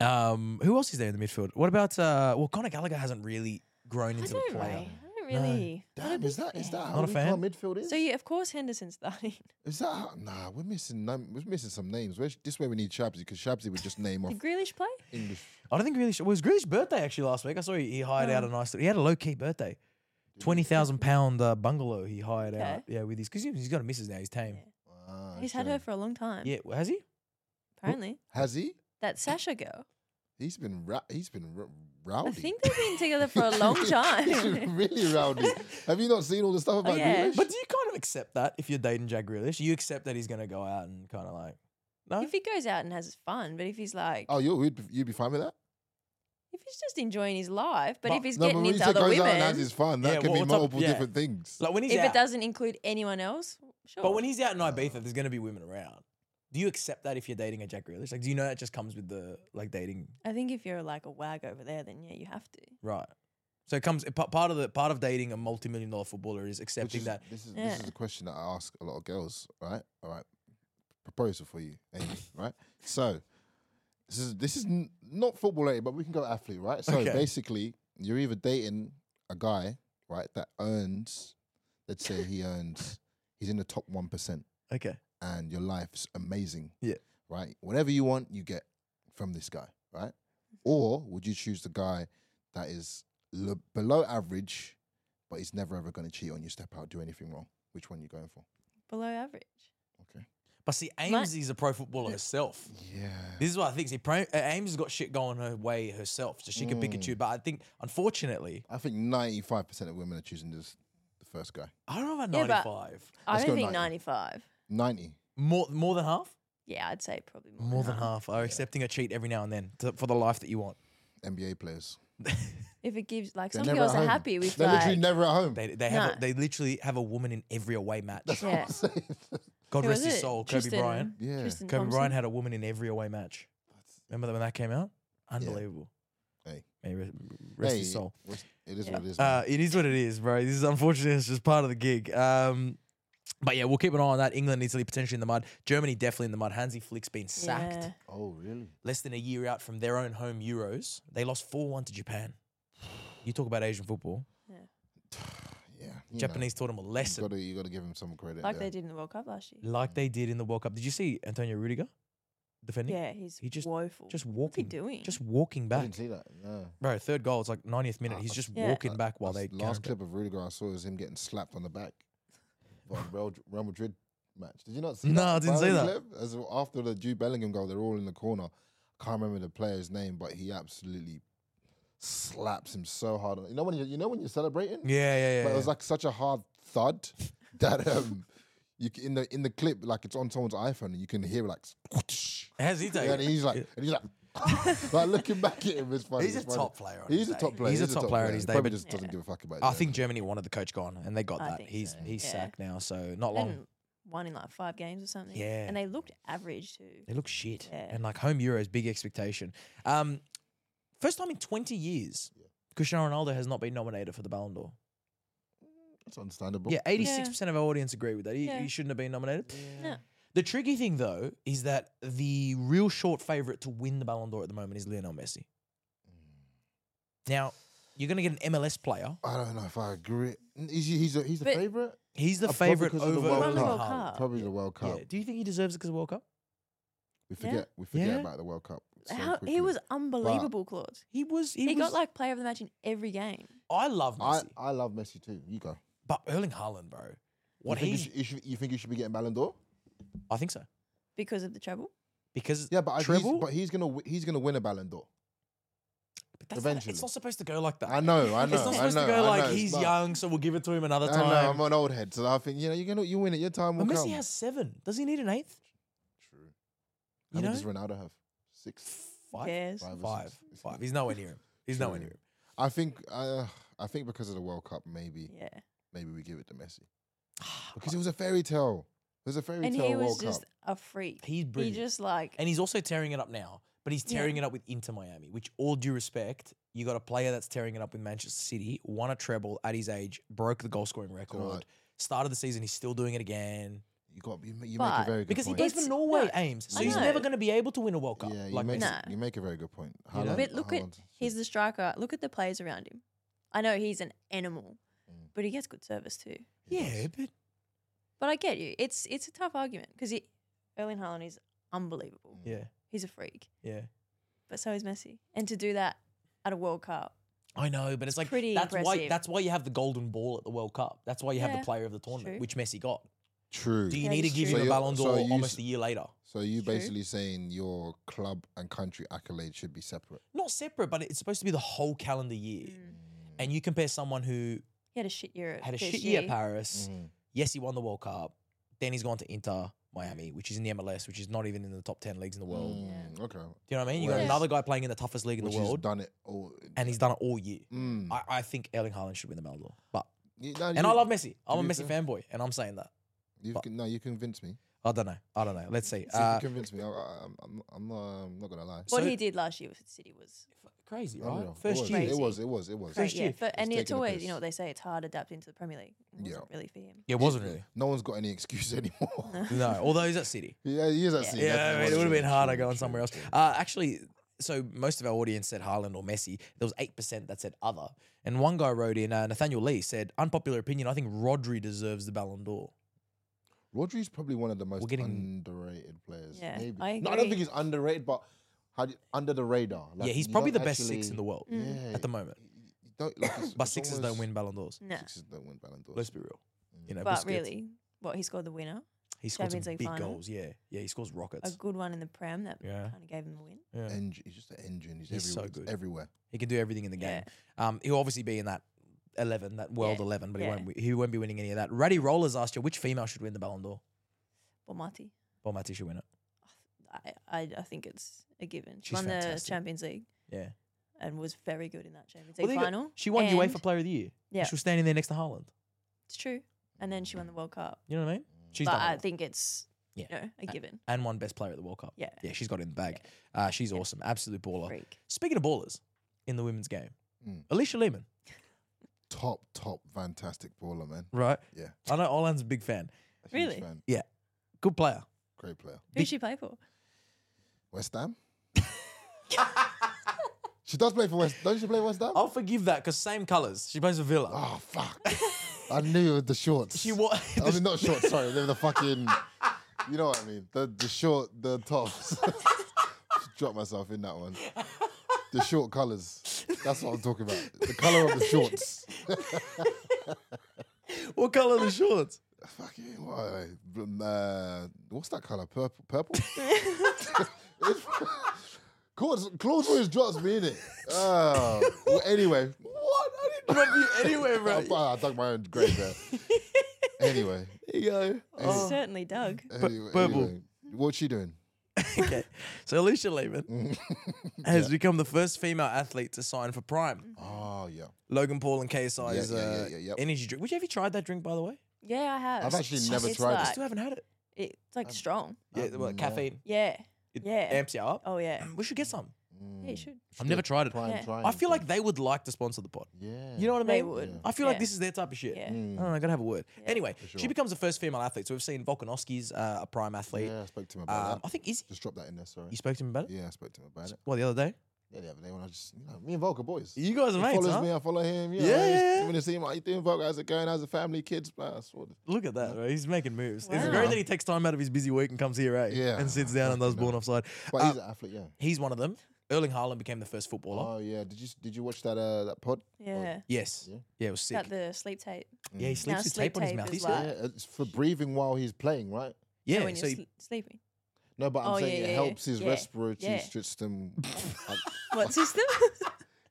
Um, who else is there in the midfield? What about uh? Well, Conor Gallagher hasn't really grown I into the don't know. player. I don't really. not a Damn, big is that is that fan. how Not a weak our fan? midfield is? So yeah, of course Henderson's starting. Is that how, nah? We're missing nam- we're missing some names. Where's, this way we need Shabsy because Shabsy would just name off Did Grealish play? English. I don't think Grealish. Well, it was Grealish's birthday actually last week. I saw he, he hired Hmm. out a nice. He had a low key birthday. Twenty thousand pound uh, bungalow he hired Okay. out. Yeah, with his because he's got a missus now. He's tame. Ah, He's had shame. her for a long time. Yeah, has he? Apparently. Has he? That Sasha girl. He's been ra- he's been r- rowdy. I think they've been together for a long time. really rowdy. Have you not seen all the stuff about yeah. Grealish? But do you kind of accept that if you're dating Jack Grealish? You accept that he's going to go out and kind of like no. if he goes out and has fun, but if he's like, Oh, you would you'd be fine with that. if he's just enjoying his life, but, But- if he's no, but getting when you into say other goes out and women, has his fun, that Yeah, can what- be what type- multiple yeah. different things. like when he's if out, it doesn't include anyone else, sure. but when he's out in Ibiza, there's going to be women around. Do you accept that if you're dating a Jack Grealish? Like, do you know that just comes with the like dating I think if you're like a wag over there, then yeah, you have to. right? So it comes pa- part of the part of dating a multi-million dollar footballer is Which accepting is- that. This is Yeah. this is a question that I ask a lot of girls. Right, all right. Proposal for you, Amy. right. So this is this is n- not football related, but we can go athlete. Right. So Okay. basically, you're either dating a guy, right, that earns, let's say he earns, he's in the top one percent, Okay, and your life's amazing. Yeah. Right. Whatever you want, you get from this guy. Right. Or would you choose the guy that is l- below average, but he's never ever going to cheat on you, step out, do anything wrong? Which one you going for? Below average. Okay. but see, Ames My- is a pro footballer herself. Yeah. This is what I think. See, pro- uh, Ames has got shit going her way herself, so she can pick and choose. But I think, unfortunately, I think ninety-five percent of women are choosing this the first guy. I don't know about Yeah, but- ninety-five. Let's I don't go think 90. 95. Ninety. More, more than half. Yeah, I'd say probably more. More than half are accepting a cheat every now and then to, for the life that you want. NBA players. If it gives, like, They're some never girls at are home. happy with They're literally like, never at home. They, they have a- No. they literally have a woman in every away match. yeah. God Who rest was his it? soul, Kobe Tristan- Bryant. Yeah. Tristan Kobe Thompson? Bryant had a woman in every away match. Remember that when that came out? Unbelievable. Hey. May re- rest his soul. what's- It is what it is. man. Uh, it is what it is, bro. This is unfortunately it's just part of the gig. Um, but yeah, we'll keep an eye on that. England, Italy potentially in the mud. Germany definitely in the mud. Hansi Flick's been sacked. Yeah. oh really? Less than a year out from their own home Euros, they lost four one to Japan. You talk about Asian football. Yeah. you know, Japanese taught them a You lesson, gotta you gotta give him some credit. like there. they did in the World Cup last year. like they did in the World Cup. Did you see Antonio Rudiger defending? Yeah, he's he just woeful. just What's he walking, doing? just walking I back. didn't see that. No. Bro, third goal. It's like 90th minute. He's just Ah, Yeah. walking back while they That's the last counter. clip of Rudiger I saw is him getting slapped on the back by a Real, Real Madrid match. Did you not see No, that? I didn't see viral that. clip? As- after the Jude Bellingham goal, they're all in the corner. Can't remember the player's name, but he absolutely slaps him so hard. You know when you, you know when you're celebrating, Yeah, yeah, yeah. but it was yeah. like such a hard thud that um, you c- in the in the clip like it's on someone's iPhone and you can hear like How's he yeah, taking? and he's like it? and he's like like looking back at him is funny. He's a it's funny. top player on his He's a day. top player. He's a top player on his He day, Probably but- just doesn't give a fuck about. his I day. think Germany wanted the coach gone, and they got I that. think He's so, he's yeah. sacked now, so not long. And one in like five games or something. Yeah. And they looked average too. They look shit. Yeah. And like home Euros, big expectation. Um, first time in 20 years, Cristiano Ronaldo has not been nominated for the Ballon d'Or. it's understandable. Yeah, 86% of our audience agree with that. He, Yeah. he shouldn't have been nominated. No. The tricky thing, though, is that the real short favourite to win the Ballon d'Or at the moment is Lionel Messi. Mm. Now, you're going to get an MLS player. I don't know if I agree. Is he, he's a, he's the But- favorite. He's the Uh, probably favourite because of the over World Won the Erling World Haaland. Cup. Probably the World Cup. Yeah. Do you think he deserves it because of the World Cup? We forget. We forget Yeah. about the World Cup. So How, quickly. he was unbelievable, Claude. He was. He, He, got was- like player of the match in every game. I love I, Messi, I love Messi too. You go. but Erling Haaland, bro. What he? you think he should, you, should, you think he should be getting Ballon d'Or? I think so Because of the treble? because Yeah, but I- treble. He's, but he's gonna wi- he's gonna win a Ballon d'Or. But that's not- Eventually. it's not supposed to go like that. I know. I know. It's not I supposed know, to I go know, like it's he's not- young, so we'll give it to him another I know. time. I'm an old head, so I think you know you're gonna you win it. Your time will but Messi come. has seven. Does he need an eighth? True. How You many know, does Ronaldo have? Six. five, cares? five, Five or five, six. He's nowhere near him. He's nowhere near him. I think. Uh, I think because of the World Cup, maybe Yeah. maybe we give it to Messi because it was a fairy tale. It was a fairy And tale he was World just Cup. a freak. He's brilliant. He just like And he's also tearing it up now, but he's Yeah. tearing it up with Inter Miami, which, all due respect, you got a player that's tearing it up with Manchester City, won a treble at his age, broke the goal scoring record, started the season, he's still doing it again. You got you, ma- you make a But- very good Because he point. plays for It's- Norway no, Ames, so I he's know. never going to be able to win a World Cup. yeah, you like make, Messi. Nah. you make a very good point. know? Haaland- But look at Haaland- he's the striker. Look at the players around him. I know he's an animal, Mm. but he gets good service too. Yeah, but But I get you. It's it's a tough argument because Erling Haaland is unbelievable. yeah, He's a freak, yeah. but so is Messi. And to do that at a World Cup, I know, but it's like Pretty that's why impressive. that's why you have the golden ball at the World Cup. That's why you have Yeah, the player of the tournament, true. which Messi got. True. Do you Yeah, need to it's give true. him a So Ballon you're- so d'Or you almost s- a year later? so you True. basically saying your club and country accolades should be separate. Not separate, but it's supposed to be the whole calendar year. And you compare someone who he had a shit year. Mm. at had a PSG. shit year at Paris. Mm. Mm-hmm. Yes, he won the World Cup. Then he's gone to Inter Miami, which is in the MLS, which is not even in the top ten leagues in the world. Mm, Do okay. you know what I mean? You got Whereas- another guy playing in the toughest league in Which the he's world, done it all. and he's done it all year. Mm. I, I think Erling Haaland should win the Ballon d'Or, but You- no, and you- I love Messi. I'm a be Messi fair- fanboy, and I'm saying that. You've, con- no, you convinced me. I don't know. I don't know. Let's see. You Uh, convinced me. I, I, I'm, I'm, I'm, not, I'm not gonna lie. What So- he did last year with City was crazy, I don't right? know. First it was, year. It was. It was. It was. great. year. Yeah, for, and He's it's taking a always piss. you know what they say it's hard adapting to the Premier League. It wasn't Yeah. really for him. It wasn't really. No one's got any excuse anymore. No, although he's at City. yeah, he is at sea. Yeah, I That's mean, it true, would have been true, harder true, going somewhere else. true. Uh, actually, so most of our audience said Haaland or Messi. There was 8% that said other. And one guy wrote in, uh, Nathaniel Lee said, unpopular opinion, I think Rodri deserves the Ballon d'Or. Rodri's probably one of the most We're getting- underrated players. Yeah, maybe. I No, I don't think agree. he's underrated, but how do you- under the radar. Like, yeah, he's you probably the don't best six in actually- the world Mm. Yeah, at the moment. you don't- like, it's- But it's sixes almost- Mm. don't win Ballon d'Ors. No, Sixes don't win Ballon d'Ors. Let's be real. You know, but Busquets, really, what he scored the winner, he scores some Champions League big final. goals. Yeah, yeah, he scores a rockets. good one in the Prem that Yeah. kind of gave him the win. Yeah. Eng- he's just an engine. He's, He's so everywhere. He's good. everywhere. He can do everything in the game. Yeah. Um, he'll obviously be in that eleven, that world Yeah, eleven, but yeah. he won't. Be, he won't be winning any of that. Ratty Rollers asked you which female should win the Ballon d'Or. But Mati, Well, Matty should win it. I, I I think it's a given. She She's won fantastic. the Champions League Yeah. and was very good in that Champions Well, League there you go. final. She won UEFA and- Player of the Year. Yeah. Yeah. She was standing there next to Haaland. It's true. And then she won the World Cup. You know what I mean? She's but done it I all. think it's Yeah. Uh, you know, a given. and won Best Player at the World Cup. Yeah. Yeah, she's got it in the bag. Uh, she's awesome. Absolute baller. Freak. Speaking of ballers in the women's game, Mm. Alicia Lehman, Top, top, fantastic baller, man. right? Yeah. I know Oland's a big fan. Huge Really? fan. Yeah. Good player. Great player. Who did she play for? West Ham. she does play for West. Don't she play West Ham? I'll forgive that because same colours. She plays for Villa. Oh fuck! I knew it was the shorts. She wa- I mean, not shorts. Sorry, they were the fucking. You know what I mean? The the short, the tops. Drop myself in that one. The short colours. That's what I'm talking about. The colour of the shorts. what colour are the shorts? fucking what? are they? Blum- Uh, what's that colour? Purple. Purple. Claude's, Claude's always drops me in it. Oh, well, anyway, What? I didn't rub you anywhere, I, bro. I dug my own grave there. anyway, There you go. Oh. Certainly Doug. anyway, purple. anyway. what's she doing? okay. So Alicia Lehman has become the first female athlete to sign for Prime. Oh yeah. Logan Paul and KSI's Yeah, yeah, yeah, uh, yeah, yep. energy drink. Which have you tried that drink by the way? Yeah, I have. I've actually It's never like- tried it. Still haven't Um, had it. It's like strong. Yeah, well, caffeine. Yeah. It Yeah. amps you up. Oh yeah. Oh, We should get some. Mm. Yeah, you should. I've never tried it. Try and Yeah. try. I and feel try. like they would like to sponsor the pod. Yeah. You know what I mean? They would. I feel like Yeah. this is their type of shit. Yeah. Mm. I don't know, I gotta have a word. Anyway, she sure. becomes the first female athlete. So we've seen Volkanovski's uh, a prime athlete. Yeah, I spoke to him about Um, that. I think is Just drop that in there. Sorry. you spoke to him about it? Yeah, I spoke to him about it. Well, the other day. Yeah, the other day when I just, you know, me and Volker boys. You guys are he mates, follows huh? me, I follow him. Yeah, Yeah, I just- yeah, yeah. When you see him, like, you doing Volker? How's it going? How's the family, kids? Blah, sort of. Look at that, right? He's making moves. It's Wow. great that he takes time out of his busy week and comes here, eh? Yeah. And sits down and does born offside. But Uh, he's an athlete, yeah. he's one of them. Erling Haaland became the first footballer. Oh yeah, did you did you watch that uh that pod? Yeah. yes. Yeah. Yeah. it was sick. Got the sleep tape. yeah, he sleeps Now with sleep tape on his tape mouth. is He's like- got- Mm. Yeah, it's for breathing while he's playing, right? yeah, when so you're he- sl- sleeping. No, but I'm Oh, saying yeah, it yeah, helps his yeah, respiratory yeah. system. uh, What system? Oh,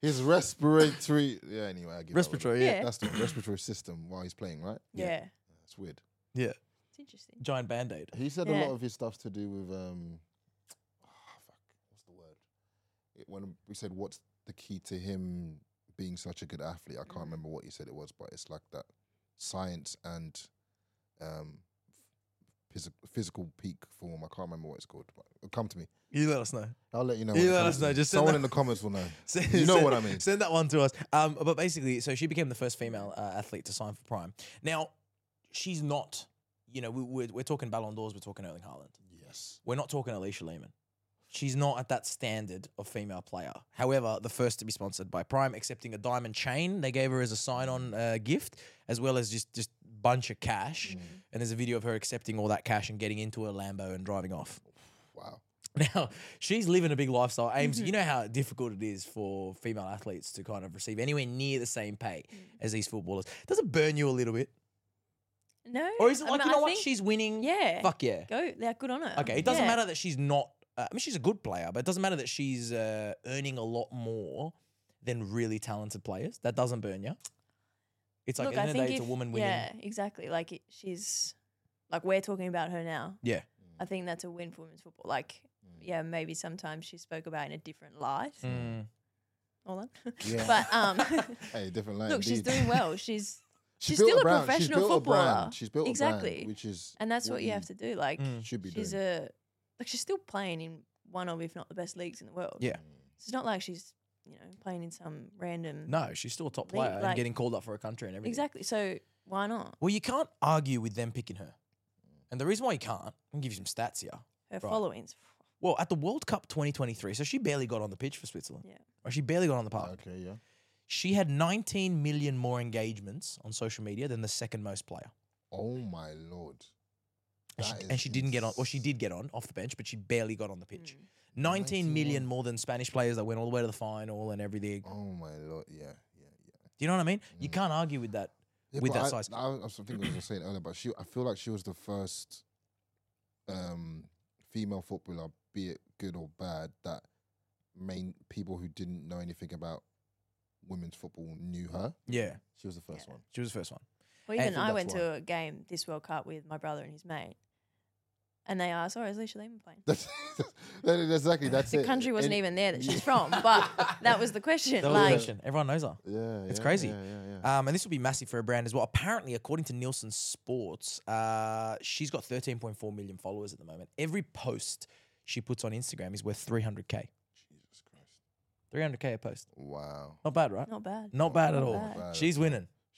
his respiratory, yeah. Anyway, I get that one. respiratory, yeah. Yeah. That's the respiratory system while he's playing, right? yeah. That's weird. yeah. It's interesting. Giant band aid. He said a Yeah. lot of his stuff's to do with um, ah, fuck, what's the word? It, when we said what's the key to him being such a good athlete, I Mm. can't remember what he said it was, but it's like that science and um, phys- physical peak form. I can't remember what it's called. But it'll come to me. You let us know. I'll let you know. You when it let comes us to know, me. just send someone that- in the comments will know. Send- you know send- what I mean. Send that one to us. Um, but basically, so she became the first female uh, athlete to sign for Prime. Now, she's not. You know, we, we're, we're talking Ballon d'Ors, we're talking Erling Haaland. Yes. We're not talking Alicia Lehman. She's not at that standard of female player. However, the first to be sponsored by Prime, accepting a diamond chain they gave her as a sign-on uh, gift, as well as just just bunch of Mm. cash. And there's a video of her accepting all that cash and getting into her Lambo and driving off. Wow. Now she's living a big lifestyle. Aims, Mm-hmm. you know how difficult it is for female athletes to kind of receive anywhere near the same pay Mm. as these footballers. Does it burn you a little bit, No. or is it I like mean, you know I what? think- She's winning. Yeah. Fuck yeah. Go. Yeah, good on her. Okay. It doesn't Yeah. matter that she's not. Uh, I mean, she's a good player, but it doesn't matter that she's uh, earning a lot more than really talented players. That doesn't burn you. It's like Look, at I the end of think the day, it's a if- woman winning. Yeah, exactly. Like it, she's like we're talking about her now. yeah. I think that's a win for women's football. Like, Mm. yeah, maybe sometimes she spoke about it in a different light. Mm. All on. Yeah. But um, Hey, different line. look, she's indeed. doing well. She's She she's built still a brand. She's professional built A footballer. brand. She's built a Exactly. brand, which is and that's what you Mm. have to do. Like, should be she's doing. a like she's still playing in one of, if not the best leagues in the world. Yeah. So it's not like she's you know playing in some random. No, she's still a top Leave, player and like- getting called up for a country and everything. Exactly. So why not? Well, you can't argue with them picking her. And the reason why you can't, I can give you some stats here. Her followings. Well, at the World Cup 2023, so she barely got on the pitch for Switzerland. Yeah. Or she barely got on the park. Okay, yeah. She had 19 million more engagements on social media than the second most player. Oh my lord. And she, That is and she didn't get on, or she did get on off the bench, but she barely got on the pitch. Mm. 19 million more than Spanish players that went all the way to the final and everything. Oh my lord. Yeah, yeah, yeah. Do you know what I mean? You Mm. can't argue with that. Yeah, with but that I, size. I, was thinking what I was saying earlier, but she, I feel like she was the first um, female footballer, be it good or bad, that main people who didn't know anything about women's football knew her. Yeah. She was the first one. She was the first one. Well, I even think I that's went to why. a game this World Cup with my brother and his mate, and they asked, "Oh, is Alicia Lehman playing?" That's, that- exactly. That's The it. country wasn't Any- even there that she's from, but that was the question. That was the like, question. Everyone knows her. Yeah, It's yeah, crazy. Yeah, yeah, yeah. Um, and this will be massive for a brand as well. Apparently, according to Nielsen Sports, uh, she's got 13.4 million followers at the moment. Every post she puts on Instagram is worth 300k. Jesus Christ. 300k a post. Wow. Not bad, right? Not, not bad. bad at not all. bad. Bad. She's winning.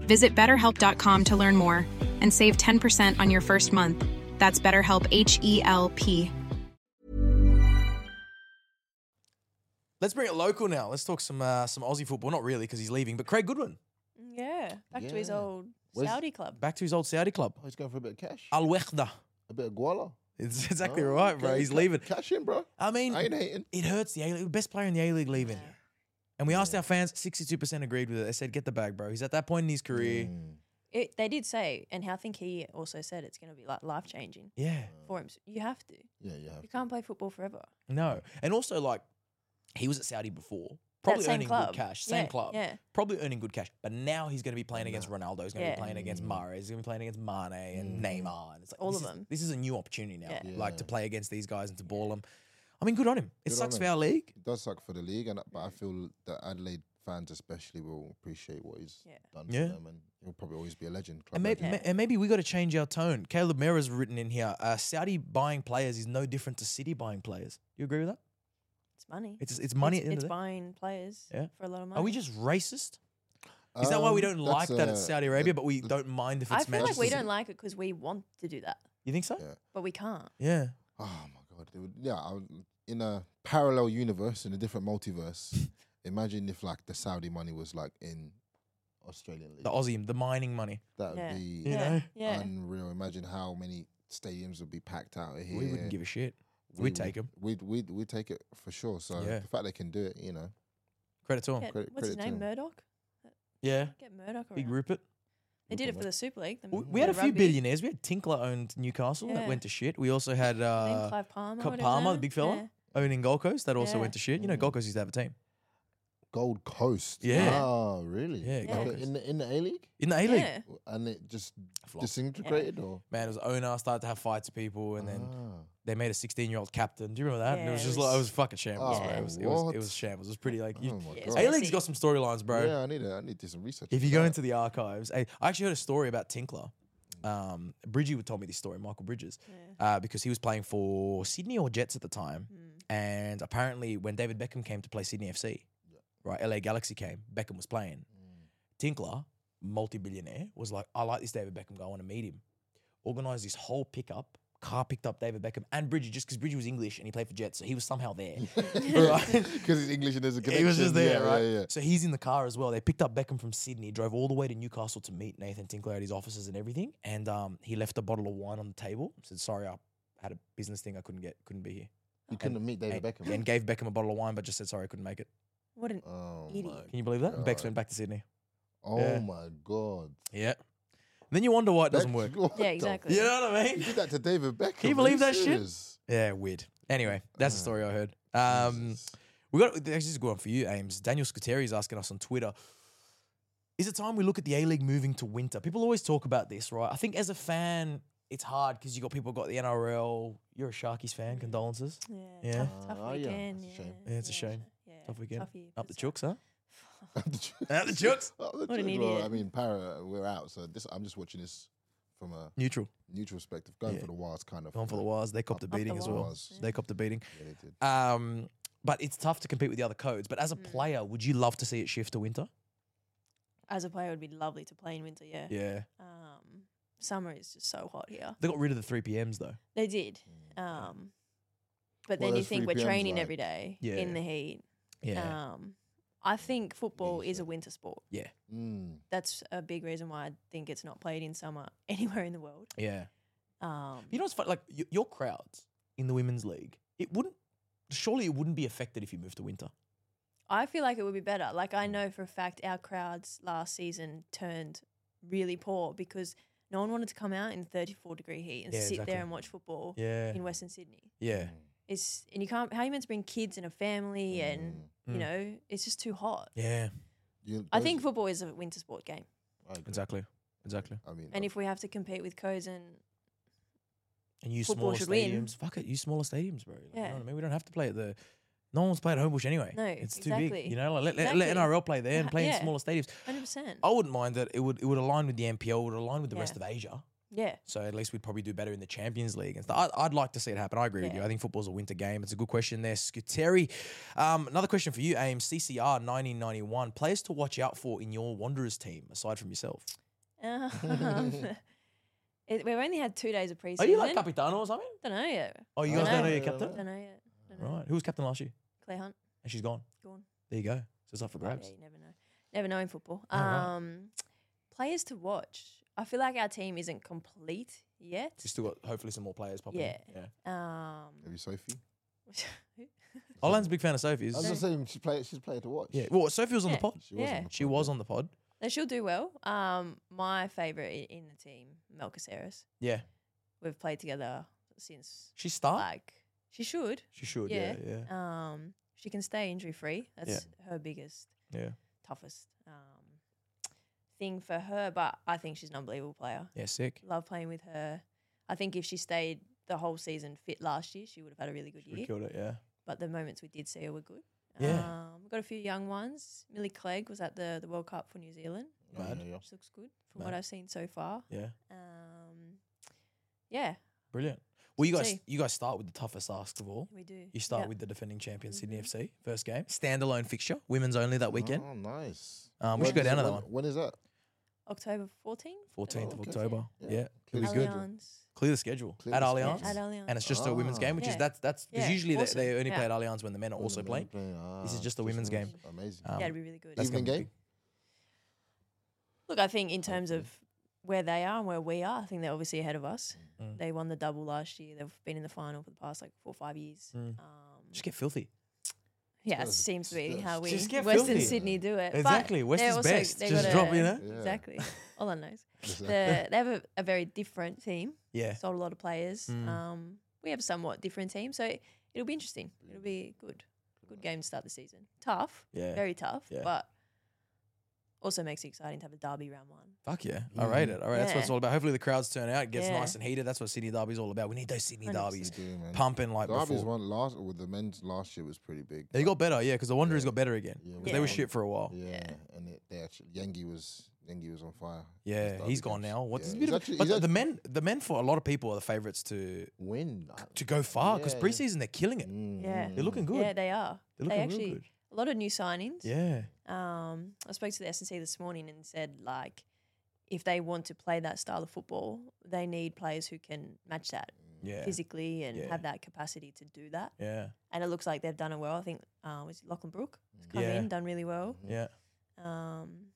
Visit betterhelp.com to learn more and save 10% on your first month. That's BetterHelp, H E L P. Let's bring it local now. Let's talk some uh, some Aussie football. Not really because he's leaving, but Craig Goodwin Mm, Yeah, back to his Yeah. old Where's- Saudi club. back to his old Saudi club, Oh, he's going for a bit of cash. Al Wehda. a bit of guala. It's Oh, exactly right, bro. He's leaving. Cash in, bro. I mean, I ain't hating. It hurts the A League. Best player in the A League leaving. And we asked our fans, 62% agreed with it. They said, get the bag, bro. He's at that point in his career. Mm. It, they did say, and I think he also said it's going to be like life changing Yeah. for him. So you have to. Yeah, you have. You can't play football forever. No. And also, like, he was at Saudi before. Probably same earning club. good cash. Same Yeah, club. yeah. Probably earning good cash. But now he's going to be playing against Ronaldo. He's going to Yeah. Mm. be playing against Mara. He's going to be playing against Mane and Neymar. And it's like, All this of is- them. This is a new opportunity now, Yeah. like, to play against these guys and to ball them. I mean, good on him. It Good on sucks for him. our league. It does suck for the league, and but I feel that Adelaide fans especially will appreciate what he's Yeah. done Yeah. for them, and he'll probably always be a legend. Club And, may, legend. ma- and maybe we got to change our tone. Caleb Mera's written in here. Uh, Saudi buying players is no different to City buying players. You agree with that? It's money. It's it's money. It's, at the end it's of the day. buying players Yeah. for a lot of money. Are we just racist? Is that why we Um, don't like that's that a- it's Saudi Arabia, but we th- don't mind if I it's feel like Manchester? we City? don't like it because we want to do that, You think so? Yeah. but we can't. Yeah. Oh my god! It would, yeah, I would- in a parallel universe, in a different multiverse, imagine if like the Saudi money was like in Australian league. The Aussie, the mining money. that would Yeah. be You yeah. know? Yeah. unreal. Imagine how many stadiums would be packed out here. We wouldn't give a shit. We'd would- take 'em. We'd we'd we'd take it for sure. So Yeah. the fact they can do it, you know, Credit to 'em. Get- Credit- what's his credit to name? him. Murdoch? Yeah. Get Murdoch around. Big Rupert. They did it for the Super League. the We, m- we had the a few rugby. billionaires. We had Tinkler owned Newcastle that Yeah. went to shit. We also had I think uh, Clive Palmer. Co- whatever Palmer, his the name- big fella, yeah. owning Gold Coast. That also Yeah. Mm. went to shit. You know, Gold Coast used to have a team Gold Coast. Yeah. Oh, really? Yeah, Gold Okay, Coast. In the in the A League, in the A League. Yeah. and it just Flop. disintegrated or. Man, it was owner started to have fights with people, and then Ah. they made a 16 year old captain. Do you remember that? and it Yeah, was it just was- like it was fucking shambles, Oh, bro. It was, it was what? it was shambles. It was pretty like you, Oh my god! Yeah, it's- A League's got some storylines, bro. Yeah, I need to, I need to do some research. If you on go that. into the archives, I, I actually heard a story about Tinkler. Um, Bridgie would told me this story, Michael Bridges, uh, because he was playing for Sydney or Jets at the time, and apparently when David Beckham came to play Sydney FC, right, LA Galaxy came, Beckham was playing. Tinkler, multi-billionaire, was like, I like this David Beckham guy, I want to meet him. Organized this whole pickup. Car picked up David Beckham and Bridgie just because Bridgie was English and he played for Jets, so he was somehow there. right? because it's English and there's a connection. He was just there, yeah, right? Yeah, yeah. So he's in the car as well. They picked up Beckham from Sydney, drove all the way to Newcastle to meet Nathan Tinkler at his offices and everything. And um, he left a bottle of wine on the table. Said, "Sorry, I had a business thing. I couldn't get, couldn't be here." You couldn't meet David and, Beckham. and gave Beckham a bottle of wine, but just said, "Sorry, I couldn't make it." What an oh idiot. Can you believe that? And Bex God. went back to Sydney. Oh Yeah. my god! Yeah. And then you wonder why it doesn't work. That's- what Yeah, the- exactly. You know what I You mean? did that to David Beckham. Can you Are believe that shit? serious? Yeah, weird. Anyway, that's the story I heard. Um, Uh, Jesus. we got this is a good one for you, Ames. Daniel Scutteri is asking us on Twitter. Is it time we look at the A League moving to winter? People always talk about this, right? I think as a fan, it's hard because you got people got the NRL. You're a Sharkies fan. Mm. Condolences. Yeah. Yeah. Tough, Ah, tough yeah, weekend. that's a shame. Yeah, it's a shame. Yeah. Tough weekend. Tough year Up for the South. chooks, huh? Up the chooks. Up the chooks. Up the What chooks. an Well, idiot. I mean, para, we're out. So this, I'm just watching this from a Neutral. neutral perspective. Going Yeah. for the Wilds, kind of. Going for the Wires. They copped a Up the beating as well. Wires, They copped a beating. Yeah, they did. Um, but it's tough to compete with the other codes. But as a Mm. player, would you love to see it shift to winter? As a player, it would be lovely to play in winter. Yeah. Yeah. Um, summer is just so hot here. They got rid of the three PMs though. They did. Mm, Um, but Well, then you those think we're 3PMs, training like- every day Yeah. in the heat. Yeah. Um, I think football is a winter sport. yeah. Mm. That's a big reason why I think it's not played in summer anywhere in the world. Yeah. Um, You know what's funny? Like y- your crowds in the women's league, it wouldn't. Surely it wouldn't be affected if you moved to winter. I feel like it would be better. Like Mm. I know for a fact our crowds last season turned really poor because no one wanted to come out in 34 degree heat and Yeah, sit exactly. there and watch football Yeah. in Western Sydney. Yeah. It's and you can't. How are you meant to bring kids and a family and you know it's just too hot. Mm. Yeah. You- I those- think football is a winter sport game, I agree. Exactly. Exactly. I mean, and uh, if we have to compete with codes and And use Football smaller should stadiums. win. Fuck it. Use smaller stadiums, bro. Like, You know Yeah. what I mean? We don't have to play at the. No one's playing at Homebush anyway. No, it's too exactly. big. You know, like, let, let, let Exactly. NRL play there and Yeah, play in yeah. smaller stadiums. 100. percent I wouldn't mind that. It would it would align with the NPL. It would align with the rest of Yeah. Asia. Yeah, So at least we'd probably do better in the Champions League and stuff. I, I'd like to see it happen. I agree with you. Yeah. I think football's a winter game. It's a good question there, Scuteri. Um, another question for you, Aim. CCR 1991. Players to watch out for in your Wanderers team, aside from yourself. Um, it, we've only had two days of preseason. Are you like Capitano or something? Don't know yet. Oh, you I guys don't dunno. know your Don't captain? know yet. Don't know. Right. Who was captain last year? Claire Hunt And she's gone. gone. There you go. So it's up for Oh, yeah, grabs. you never know. Never know in football. Oh, right. Um, Players to watch. I feel like our team isn't complete yet. You still got hopefully some more players popping. yeah. In. yeah. Um, Maybe Sophie. Olan's a big fan of Sophie's. I was just saying she played. She's played to watch. yeah. Well, Sophie was on Yeah. the pod. She was on Yeah. the She was on the pod. no, she'll do well. Um, my favorite in, in the team, Mel Caceres. Yeah. We've played together since She start. like she should. she Oh. should. Yeah. Yeah. yeah. Um, she can stay injury free. That's her biggest, Yeah. toughest um, thing for her. But I think she's an unbelievable player. Yeah. Sick. Love playing with her. I think if she stayed the whole season fit last year, she would have had a really good She would've year. killed it. Yeah. But the moments we did see her were good. Yeah. Um, we've got a few young ones. Millie Clegg was at the, the World Cup for New Zealand, Yeah, Mad. yeah, yeah. which looks good from what I've seen so far. Yeah. Um, yeah, Brilliant. Well, you guys, See. you guys start with the toughest ask of all. we do. Mm-hmm. You start Yeah. with the defending champion Sydney FC first game, standalone fixture, women's only that weekend, Oh, nice. Um, we should go When is down to that it? When- one. When is that? October 14th? 14th of Oh, Okay. October. Yeah, Yeah. Clear it'll be the good. schedule. Clear the schedule Clear at the Allianz, schedule. At Allianz. and it's just a women's Ah. game, which Yeah. is that's that's because Yeah. usually Awesome. they, they only Yeah. play at Allianz when the men are Mm-hmm. also playing. This is just a women's game. Ah, Amazing. Um, yeah, it'd be really good. that's Evening gonna be game? big. Look, I think in terms of where they are and where we are, I think they're obviously ahead of us. Mm. They won the double last year. They've been in the final for the past like four or five years. Um, Mm. Just get filthy. yeah, it Just- seems to be just- how we Just get Western filthy. Sydney do it. But Exactly, West they're is also- best. they Just got drop, a- you know? Yeah. Exactly. All I know is the, they have a, a very different team. Yeah. Sold a lot of players. Hmm. Um, we have a somewhat different team, so it'll be interesting. Hmm. It'll be good. Good game to start the season. Tough. Yeah. Very tough. Yeah. But also makes it exciting to have a derby round one. Fuck yeah. Mm-hmm. I rate it. All right. That's what it's Yeah. all about. Hopefully the crowds turn out. It gets Yeah. nice and heated. That's what Sydney Derby's all about. We need those Sydney 100%. Derbies We do, man. pumping like Derby's before. one last with the men's last year was pretty big. They got better, yeah, because the Wanderers got better again. Yeah, 'Cause we They were did. shit for a while. Yeah, and it, they actually Yengi was Yengi was on fire. Yeah, Just he's Derby gone games. now. What's Yeah, yeah, he's actually- but he's the, the actually- men, the men for a lot of people are the favourites to win to go far because Yeah, Mm. yeah. preseason they're killing it. Yeah. Hmm. They're looking good. Yeah, they are. They're they looking real actually good. a lot of new signings. yeah, Um, I spoke to the S and C this morning and said like, if they want to play that style of football, they need players who can match that yeah, physically and Yeah. have that capacity to do that. yeah, And it looks like they've done it well. I think uh, was it Lachlan Brook has come Yeah. Mm-hmm. in, done really well. yeah. Um,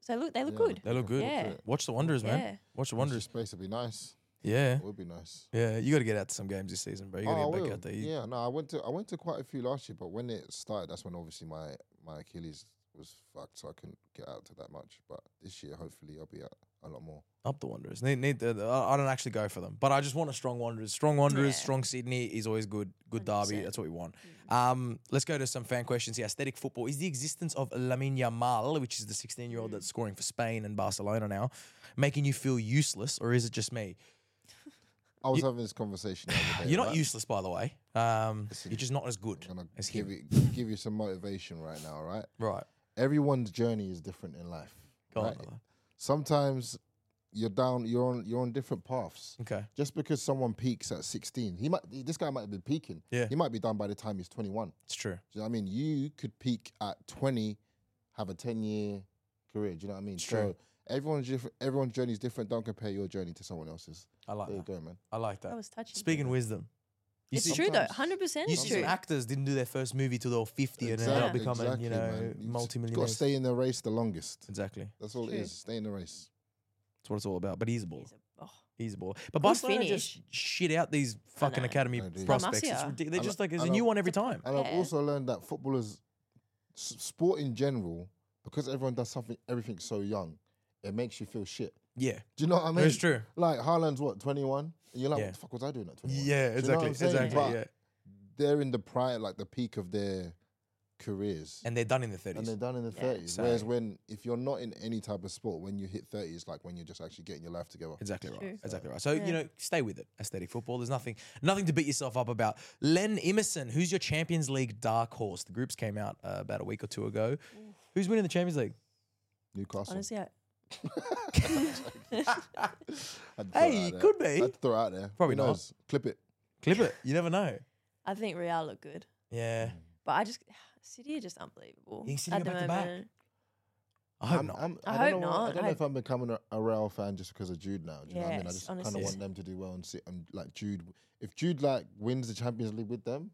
so look, they look Yeah. good. They look good. Yeah. Watch the Wanderers, Yeah. man. Watch the Wondrous Wanderers. space would be nice. Yeah, It would be nice. yeah. You got to get out to some games this season, bro. You got to Oh, get I back will. out there. You- Yeah, no, I went to I went to quite a few last year, but when it started, that's when obviously my my Achilles was fucked, so I couldn't get out to that much. But this year, hopefully, I'll be out a lot more. Up the Wanderers. Need, need the, the- I I don't actually go for them, but I just want a strong Wanderers. Strong Wanderers, strong Sydney is always good. Good derby. That's what we want. Um, let's go to some fan questions here. Aesthetic football is the existence of Lamine Yamal, which is the 16 year old Hmm. that's scoring for Spain and Barcelona now, making you feel useless, or is it just me? I was having this conversation. The other day, You're not right? useless, by the way. Um, you're just not as good I'm gonna as give him. you give you some motivation right now, right? Right. Everyone's journey is different in life. Go on, right? brother. Sometimes you're down. You're on. You're on different paths. Okay. Just because someone peaks at 16, he might. This guy might have been peaking. Yeah. He might be done by the time he's 21. Do It's true. you know what I mean? You could peak at 20, have a 10 year career. Do you know what I mean? It's true. So everyone's different. Everyone's journey is different. Don't compare your journey to someone else's. I like There you that. go, man. I like that. That was touching. Speaking wisdom. You it's see- true though, sometimes- hundred percent You it's see, true. some actors didn't do their first movie till they were 50 and ended up Exactly, becoming, you know, man. You just- you Got to multi-millionaires. stay in the race the longest. Exactly. That's all it True. is. Stay in the race. That's what it's all about. But he's a baller. He's a- oh, He's a baller. But Good Barcelona finish. just shit out these fucking know. academy They do. prospects. It's Lamassia. ridiculous. They're I just lo- like, there's I a lo- new one every time. And I've Yeah. also learned that footballers, s- sport in general, because everyone does something, everything so young, it makes you feel shit. Yeah. Do you know what I No, mean? it's true. Like Haaland's what, 21? And you're like, Yeah. what the fuck was I doing at Yeah, 21? Do you know what exactly. I'm saying? Exactly. But Yeah. They're in the prior, like the peak of their careers. And they're done in the 30s. And they're done in the 30s. So- Whereas when, if you're not in any type of sport, when you hit 30, it's like when you're just actually getting your life together. Exactly right. True. Exactly right. So you know, stay with it. Aesthetic football. There's nothing, nothing to beat yourself up about. Len Emerson, who's your Champions League dark horse? The groups came out uh, about a week or two ago. Who's winning the Champions League? Newcastle. honestly, I, Had to throw it Hey, out there. could be. I'd throw it out there. Probably Who not. knows? Clip it. Clip it. You never know. I think Real look good, Yeah. but I just City are just unbelievable You think City at are the back to moment. back? I hope I'm- not. I'm- I don't hope know why- not. I don't I- know if I'm becoming a, a Real fan just because of Jude now. Do you know what I mean? I Yes, just kind honestly. of want them to do well and see. And like Jude, if Jude like wins the Champions League with them,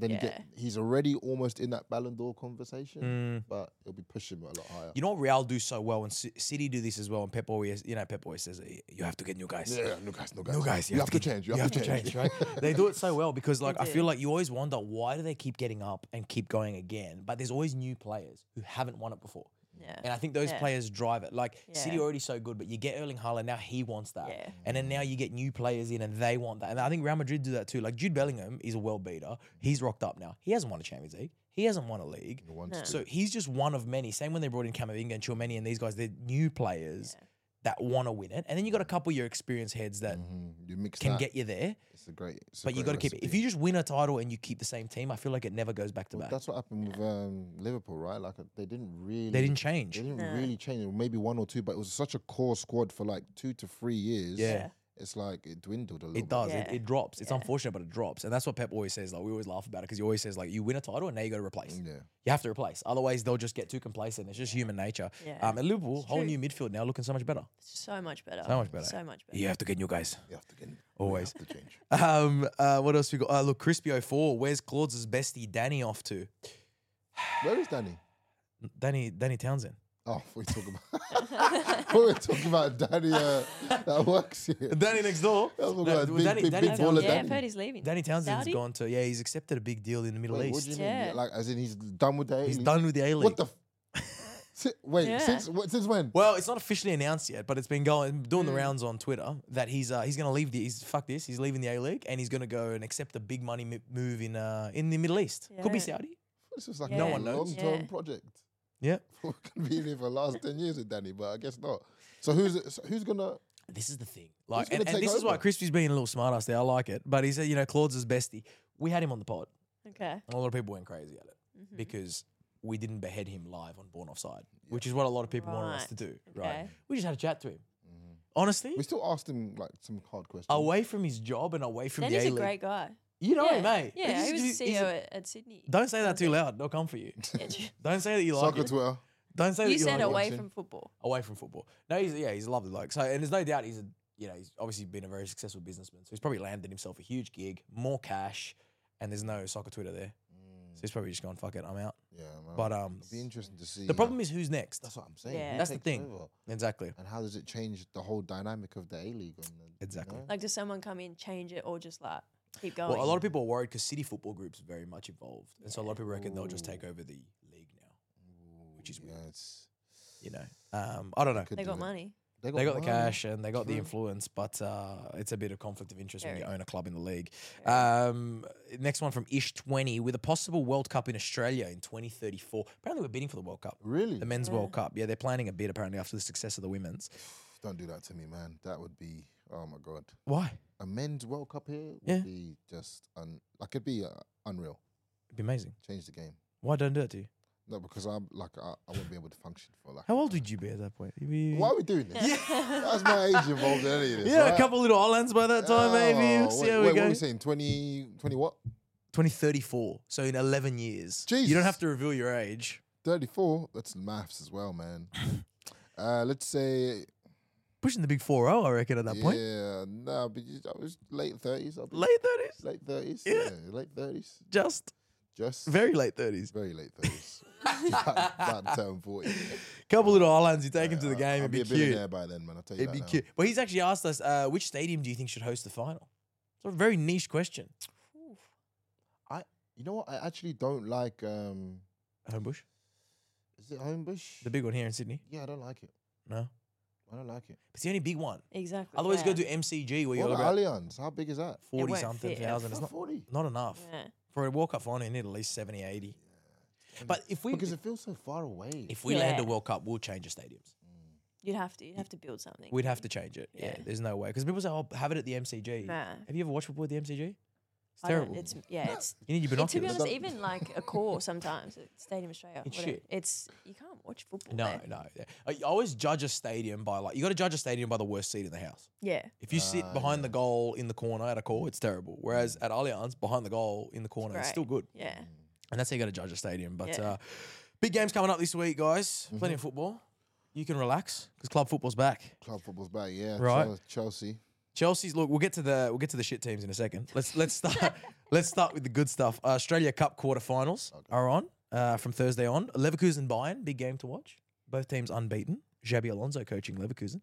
Then you Yeah. get he's already almost in that Ballon d'Or conversation, but it'll be pushing him a lot higher. Mm. You know what Real do so well, and C- City do this as well. And Pep always, you know, Pep always says, "You have to get new guys." yeah, no guys, no guys, No guys, You, have to get- change. You have to change. right? they do it so well because, like, I do. feel like you always wonder why do they keep getting up and keep going again? But there's always new players who haven't won it before, Yeah. and I think those Yeah. players drive it. Like City Yeah. already so good, but you get Erling Haaland now he wants that, Yeah. and then now you get new players in and they want that. And I think Real Madrid do that too. Like Jude Bellingham is a world beater. He's rocked up now. He hasn't won a Champions League. He hasn't won a league. So he's just one of many. Same when they brought in Camavinga and Chilmeni and these guys, they're new players that want to win it. And then you got a couple of your experienced heads that Mm-hmm. You mix can Mm. that. get you there. it's a great. It's a But you got to great keep it. If recipe. you just win a title and you keep the same team, I feel like it never goes back to Well, back. that's what happened with um, Liverpool, right? Like uh, they didn't really. They didn't change. They didn't really change. Or Maybe one or two, but it was such a core squad for like two to three years. Yeah. It's like it dwindled a little. It does. Yeah. It, it drops. It's unfortunate, but it drops. And that's what Pep always says. Like we always laugh about it because he always says like you win a title and now you got to replace. Yeah. You have to replace. Otherwise, they'll just get too complacent. It's just human nature. Yeah. Um, and Liverpool, whole new midfield now, looking so much better. So much better. So much better. Oh, So much better. You have to get new guys. You have to get. Always. You have to change. Um, uh, what else we got? Uh, look, Crispy 04, where's Claude's bestie Danny off to? Where is Danny? Danny Danny Townsend. Oh, we talking about. we were talking about Danny uh, that works here. Danny next door. That's what No, we're- well, big- Danny- big- Danny big Townsend- baller Yeah, Danny. I've heard he's leaving. Danny Townsend's Saudi? gone to yeah, he's accepted a big deal in the Middle Wait, what East. do you mean? Yeah. Like, as in he's done with the A-League? He's done with the A League. What the? F- Si- Wait, Yeah. since what, since when? well, it's not officially announced yet, but it's been going doing the rounds on Twitter that he's uh, he's going to leave the he's fuck this he's leaving the A League and he's going to go and accept a big money mi- move in uh, in the Middle East. Could be Yeah. Saudi. This is like No a one knows. long-term Yeah. project. Yeah, We're gonna be here for the last ten years with Danny, but I guess not. So who's so who's gonna? this is the thing. Like, gonna and, and take this is why over? Crispy's being a little smartass there. I like it, but he said you know Claude's his bestie. We had him on the pod. Okay. And a lot of people went crazy at it Mm-hmm. because we didn't behead him live on Born Offside, which is what a lot of people wanted us Right. to do, right? Okay. We just had a chat to him. Honestly, Mm-hmm. We still asked him like some hard questions. away from his job and away from Danny's the a A-League. great guy. You know yeah. him, mate. Yeah, He's- he was he's- the he's CEO a- at, at Sydney. Don't say that too loud. They'll come for you. Don't say that you like Soccer it. Twitter. Don't say that you you said like it. away watching. from football. away from football. No, he's yeah, he's a lovely bloke. So, and there's no doubt he's a you know he's obviously been a very successful businessman. So he's probably landed himself a huge gig, more cash, and there's no soccer Twitter there. Mm. So he's probably just gone fuck it, I'm out. Yeah, man. But um, it'd be interesting to see. the problem is who's next. that's what I'm saying. Yeah. Who That's the takes thing. over? Exactly. And how does it change the whole dynamic of the A League? Exactly. Like, does someone come in, change it, or just like keep going? Well, a lot of people are worried because city football group's very much involved, and so a lot of people reckon they'll just take over the league now, which is Yeah, weird. it's, You know, um, I don't know. could they do got that. money. They got the money. cash and they got the influence, but uh, it's a bit of conflict of interest when you Very. own a club in the league. Um, next one from Ish Twenty with a possible World Cup in Australia in 2034. Apparently, we're bidding for the World Cup, Really? the Men's World Cup. Yeah, they're planning a bid apparently after the success of the Women's. Don't do that to me, man. That would be oh my god. Why? A men's World Cup here would Yeah. be just un- like it'd be uh, unreal. It'd be amazing. Change the game. Why don't do it to you? No, because I'm like I, I won't be able to function for like. How old would you be at that point? You'd be- Why are we doing this? That's my age involved in any of this. Yeah, a right? couple little islands by that time, maybe. We'll Oh, see wait, how wait, we What are go. we saying? 20, 20 what? 2034. So in 11 years. You don't Jesus. have to reveal your age. 34? That's maths as well, man. uh, let's say, Pushing the big 4 0, I reckon, at that point. yeah, no, but you, I was late 30s. I'll be Late 30s. Late 30s? Yeah. late 30s. Just Just very late 30s. very late 30s. About to turn 40. Couple little islands, you take him to the I- game, it'd I'll be, Uh, be a billionaire cute. by then, man. I'll tell you It'd that be now. cute. But he's actually asked us, uh, which stadium do you think should host the final? It's a very niche question. I, you know what? I actually don't like, um, Homebush, is it Homebush? the big one here in Sydney. yeah, I don't like it. No. I don't like it. It's the only big one. Exactly. Otherwise, yeah. go to MCG where What you're about about Allianz? How big is that? 40 won't something fit. thousand. It's Not not, 40. not enough. Yeah. For a World Cup final, you need at least 70, 80. But if we Because it feels so far away. If we land a Yeah. World Cup, we'll change the stadiums. You'd have to. You'd have to build something. We'd have to change it. Yeah, Yeah. there's no way. Because people say, "Oh, have it at the MCG." Nah. Have you ever watched football at the MCG? It's I don't- terrible. It's yeah. It's you need your Yeah, to be binoculars. honest, even like a core sometimes at Stadium Australia, It's whatever, shit. It's you can't watch football. no, there. no. I I always judge a stadium by like you got to judge a stadium by the worst seat in the house. Yeah, If you sit behind the goal in the corner at a call, it's terrible. Whereas at Allianz, behind the goal in the corner, it's, great. still good. Mm. yeah. And that's how you got to judge a stadium. But Yeah. uh, big games coming up this week, guys. Plenty of football. You can relax because club football's back. Club football's back, yeah. Right. Chel- Chelsea. Chelsea's look. We'll get to the we'll get to the shit teams in a second. Let's let's start let's start with the good stuff. Uh, Australia Cup quarterfinals are on uh, from Thursday on. Leverkusen Bayern, big game to watch. Both teams unbeaten. Xabi Alonso coaching Leverkusen.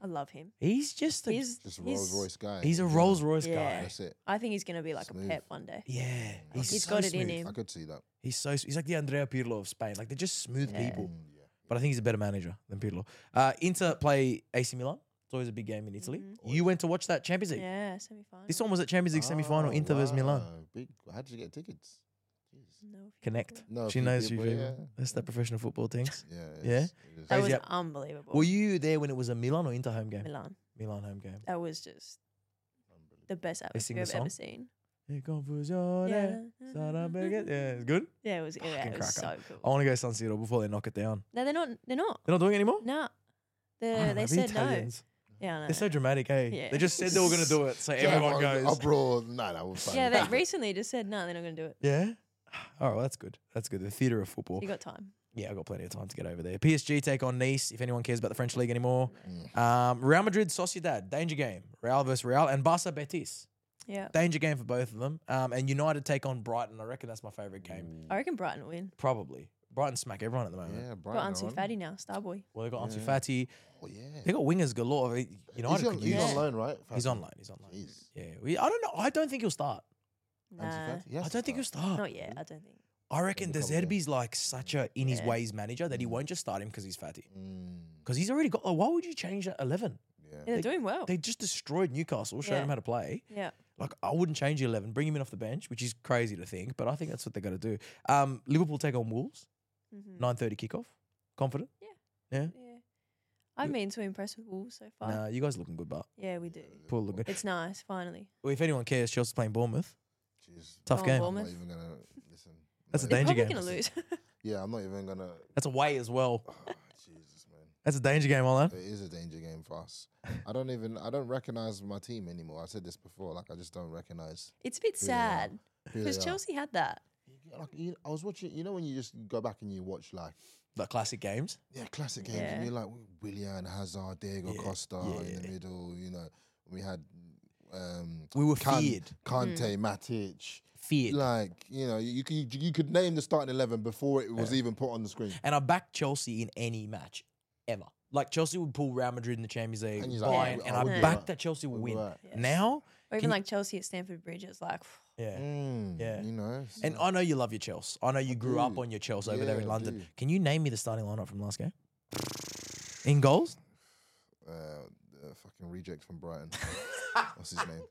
I love him. He's just a, he's, He's Just he's- Rolls Royce guy. a Rolls Royce Yeah. guy. That's it. I think he's going to be like Smooth. a Pep one day. Yeah, he's, He's so got it in smooth. him. I could see that. He's so he's like the Andrea Pirlo of Spain. Like they're just smooth Mm, people. But I think he's a better manager than Pirlo. Uh, Inter play AC Milan. It's always a big game in Italy. You went to watch that Champions League. Mm-hmm. Yeah, semi final. This one was at Champions League semi final. Oh, Inter versus Milan. wow. Big. How did you get tickets? Connect. No, she few knows people, you. yeah. Yeah. That's the professional football things. Yeah. it Yeah? is, it is. That was Crazy how- unbelievable. Were you there when it was a Milan or Inter home game? Milan. Milan home game. That was just the best sing atmosphere I've the ever song? seen. Here comes Giorgio, Yeah. Sara Berger. Yeah, it's good. Yeah, it was, yeah, Fucking it was so cracker. Oh. I cool. want to go San Siro before they knock it down. No, they're not. They're not. They're not doing it anymore. No. I They don't know, they the said no. Oh, Italians. Yeah, I know. They're so dramatic, eh? Yeah. They just said they were going to do it, so everyone Everyone goes. Abroad. No, no, we're fine. Yeah, they recently just said no, they're not going to do it. Yeah. All right, well, that's good. That's good. The theatre of football. You got time. yeah, I've got plenty of time to get over there. PSG take on Nice, if anyone cares about the French league anymore. Mm. Um, Real Madrid, Sociedad, danger game. Real versus Real, and Barca Betis. Yeah. Danger game for both of them. Um, and United take on Brighton. I reckon that's my favourite game. I reckon Brighton will win. Probably. Brighton smack everyone at the moment. Yeah, Got Brighton. Ansu are on. Fati now, Starboy. Well, they've got Ansu Fati. Oh, yeah. They've got wingers galore. I mean, He's United on, could use. he's on loan, right? He's Fati? on loan. He's on loan. Jeez. Yeah. We, I don't know. I don't think he'll start. Nah, Ansu Fati? Yes, I don't think he'll he's start. not yet. I don't think. I reckon the Doesn't come Zerbi's like such a in his Yeah. ways manager that he won't just start him because he's fatty. on. Mm, Because he's already got. Like, why would you change that eleven? Yeah, yeah. they're doing well. They just destroyed Newcastle, showed Oh. Yeah. him how to play. yeah, Like I wouldn't change the eleven. Bring him in off the bench, which is crazy to think, but I think that's what they got to do. Um, Liverpool take on Wolves. Mm-hmm. Nine thirty kickoff. Confident. yeah. I've been too impressed with Wolves so far. Nah, you guys looking good, but Yeah, we do. Paul look good. It's nice, finally. Well, if anyone cares, Chelsea's playing Bournemouth. Jeez. Tough Oh, game. I'm Bournemouth. not even going to listen. That's Not a even- Danger Probably game. gonna lose. Yeah, I'm not even going to. That's away as well. Jesus, man. That's a danger game, Olan. It is a danger game for us. I don't even. I don't recognize my team anymore. I said this before. Like, I just don't recognize. it's a bit sad who because they are. Chelsea had that. Like, you, I was watching. You know when you just go back and you watch like The classic games. yeah classic games and Yeah. you're like Willian Hazard, Diego Costa in the middle. You know we had um We were Kan- feared. Mm. Kante, Matic. Feared. Like you know you could you could name the starting eleven before it was even put on the screen. And I back Chelsea in any match ever. Like Chelsea would pull Real Madrid in the Champions League, And he's like, Bayern, "Oh, and I I would be back right. that Chelsea will Would be win. right." Now, Or even Can you- like Chelsea at Stamford Bridge, it's like yeah. Mm, Yeah. you know. it's- And I know you love your Chelsea. I know you grew up do. on your Chelsea over there Mm. Yeah, in I London. do. Can you name me the starting lineup from last game? In goals, uh, the fucking reject from Brighton. What's his name?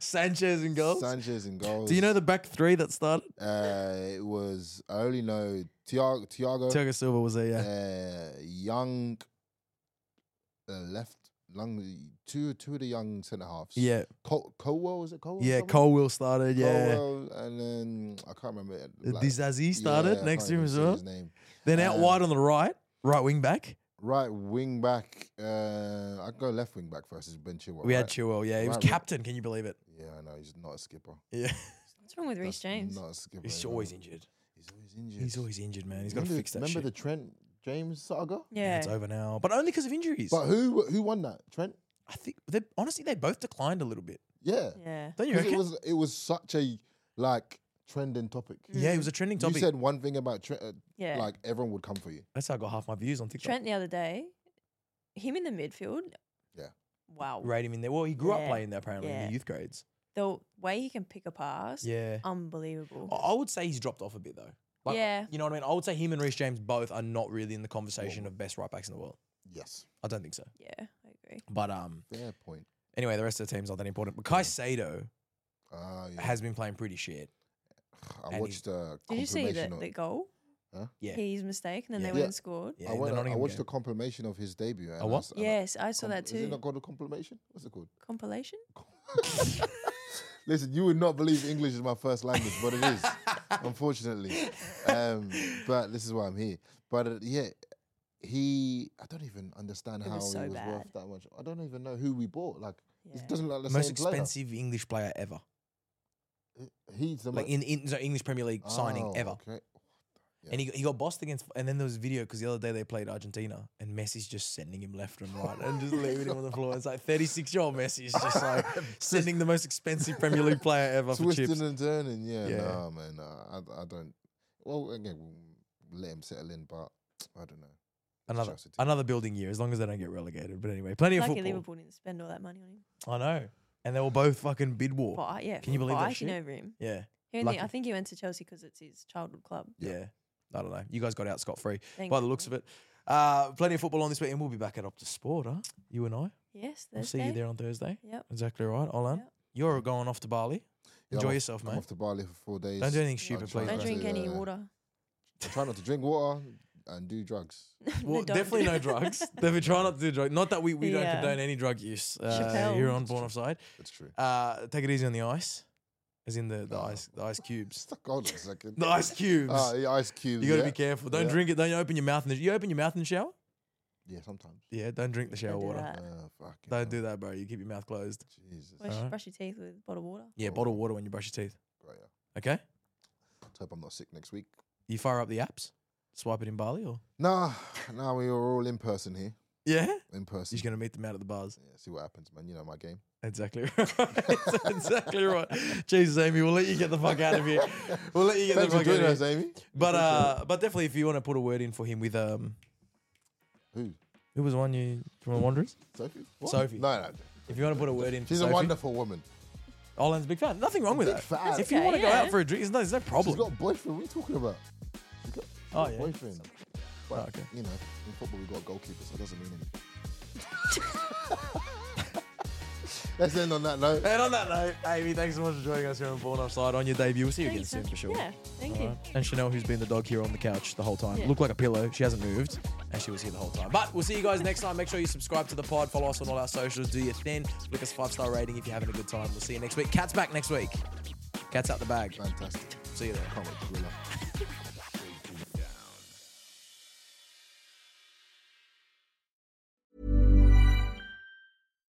Sanchez in goals. Sanchez in goals. Do you know the back three that started? Uh, it was I only know Tiago, Tiago, Thiago Silva was there. Yeah. uh, young uh, left, young two two of the young centre halves. Yeah. Col- Colwell was it Colwell? Yeah. someone? Cole will started. Yeah. Colwell, and then I can't remember. it, Uh, like- Dizazi started Yeah, I next can't to him even as see well. His name. Then out Um, wide on the right, right wing back. Right wing back. Uh, I go left wing back first. Is Ben Chilwell? We had right? Chilwell. Yeah, he was Right wing. captain. Can you believe it? Yeah, I know he's not a skipper. Yeah. what's wrong with Reece That's James? Not a skipper. He's you know. always injured. He's always injured. He's always injured, man. He's got to remember, fix that Remember shit. the Trent James saga? yeah, It's over now, but only because of injuries. But who who won that? Trent? I think they honestly they both declined a little bit. Yeah. yeah. Don't you 'Cause reckon? It was it was such a like trending topic. yeah, it was a Mm, trending topic. You said one thing about Trent, uh, Yeah. like everyone would come for you. That's how I got half my views on TikTok. Trent the other day, him in the midfield. Yeah. Wow. Rate him in there. Well, he grew up Yeah, playing there apparently in yeah. the youth grades. The way he can pick a pass. Yeah. Unbelievable. Oh. I I would say he's dropped off a bit though. Like, Yeah. You know what I mean? I would say him and Reece James both are not really in the conversation of best right backs in the world. Yes. I don't think so. Yeah, I agree. But um, Fair point. anyway, the rest of the team's not that important. But Caicedo Ah, yeah. has been playing pretty shit. I and watched uh, Did you see the, confirmation. of- the goal? Yeah. His mistake, and then Yeah. they went Yeah. and scored. Yeah, I, in the went, I Nottingham watched game. the compilation of his debut. and I what? s- and Yes, I saw com- that Is it too. not called a compilation? What's it called? Compilation? Listen, you would not believe English is my first language, but it is, unfortunately. Um, but this is why I'm here. But uh, yeah, he. I don't even understand It how was so he was bad. worth that much. I don't even know who we bought. Like, Yeah. it doesn't look like the Most same expensive English player ever. player. He's the Like most Oh, in, in so English Premier League signing ever. Okay. And he, he got bossed against, and then there was a video because the other day they played Argentina and Messi's just sending him left and right and just leaving him on the floor. It's like 36 year old Messi is just like sending the most expensive Premier League player ever for Twisting chips. and turning, yeah. Yeah. Nah, man, nah, I, I don't. Well, again, we'll let him settle in, but I don't know. Another, Chelsea team. another building year as long as they don't get relegated. But anyway, plenty of Lucky football. Liverpool didn't spend all that money on him. I know. And they were both fucking bid war. But yeah, Can you believe that fighting shit? over him. Yeah. He only, I Lucky. think he went to Chelsea because it's his childhood club. Yeah. I don't know. You guys got out scot free Thank by the looks of it. Uh, plenty of football on this week, and we'll be back at Optus Sport, huh? You and I. Yes, We'll Thursday. see you there on Thursday. Yep. Exactly right. Olan, Yep. you're going off to Bali. Yeah, I'm Enjoy off- yourself, I'm mate. off to Bali for four days. Don't do anything I stupid, try please. not Don't to, drink any uh, water. I try not to drink water and do drugs. Well, don't definitely do- no drugs. Definitely try not to do drugs. Not that we, we don't Yeah. condone any drug use uh, Chappelle. here on Born Offside. That's true. Uh, take it easy on the ice, as in the, the Oh. ice the ice cubes. Stuck on a second. The ice cubes. Ah, yeah, ice cubes. you got to yeah. be careful. Don't Yeah. drink it. Don't open your mouth. In the, you open your mouth in the shower? Yeah, sometimes. Yeah, don't drink the shower Don't do water. that. Ah, fuck. Don't do that, bro. You keep your mouth closed. Jesus. Brush, Alright. brush your teeth with bottled water. Yeah, bottle water when you brush your teeth. Right, yeah. Okay? Let's hope I'm not sick next week. You fire up the apps, swipe it in Bali, or Nah, nah, we were all in person here. yeah, In person. you're gonna meet them out at the bars. yeah, see what happens, man. You know my game. Exactly right. exactly right. Jesus, Amy, we'll let you get the fuck out of here. We'll let you get Thanks the for fuck out joining of us, here. Amy. But uh, but definitely, if you want to put a word in for him with um, Who? who was the one you from the Wanderers? Sophie? What? Sophie. No, no. If you want to put a word in, for She's Sophie, a wonderful woman. Olan's a big fan. Nothing wrong with Big that. fan. If you Okay, want to go yeah. out for a drink, there's no, there's no She's problem. got a boyfriend. What are you talking about? She's got, she's got Oh, yeah. Oh, a boyfriend. But, okay. you know, in football, we've got a goalkeeper, so it doesn't mean anything. Let's end on that note. and on that note, Amy, thanks so much for joining us here on Born Offside on your debut. We'll see you again soon for sure. Yeah, thank you. And Chanel, who's been the dog here on the couch the whole time, looked like a pillow. She hasn't moved, and she was here the whole time. But we'll see you guys next time. Make sure you subscribe to the pod, follow us on all our socials, do your thing, leave us a five star rating if you're having a good time. We'll see you next week. Cat's back next week. Cat's out the bag. Fantastic. See you there. Can't wait to grill her.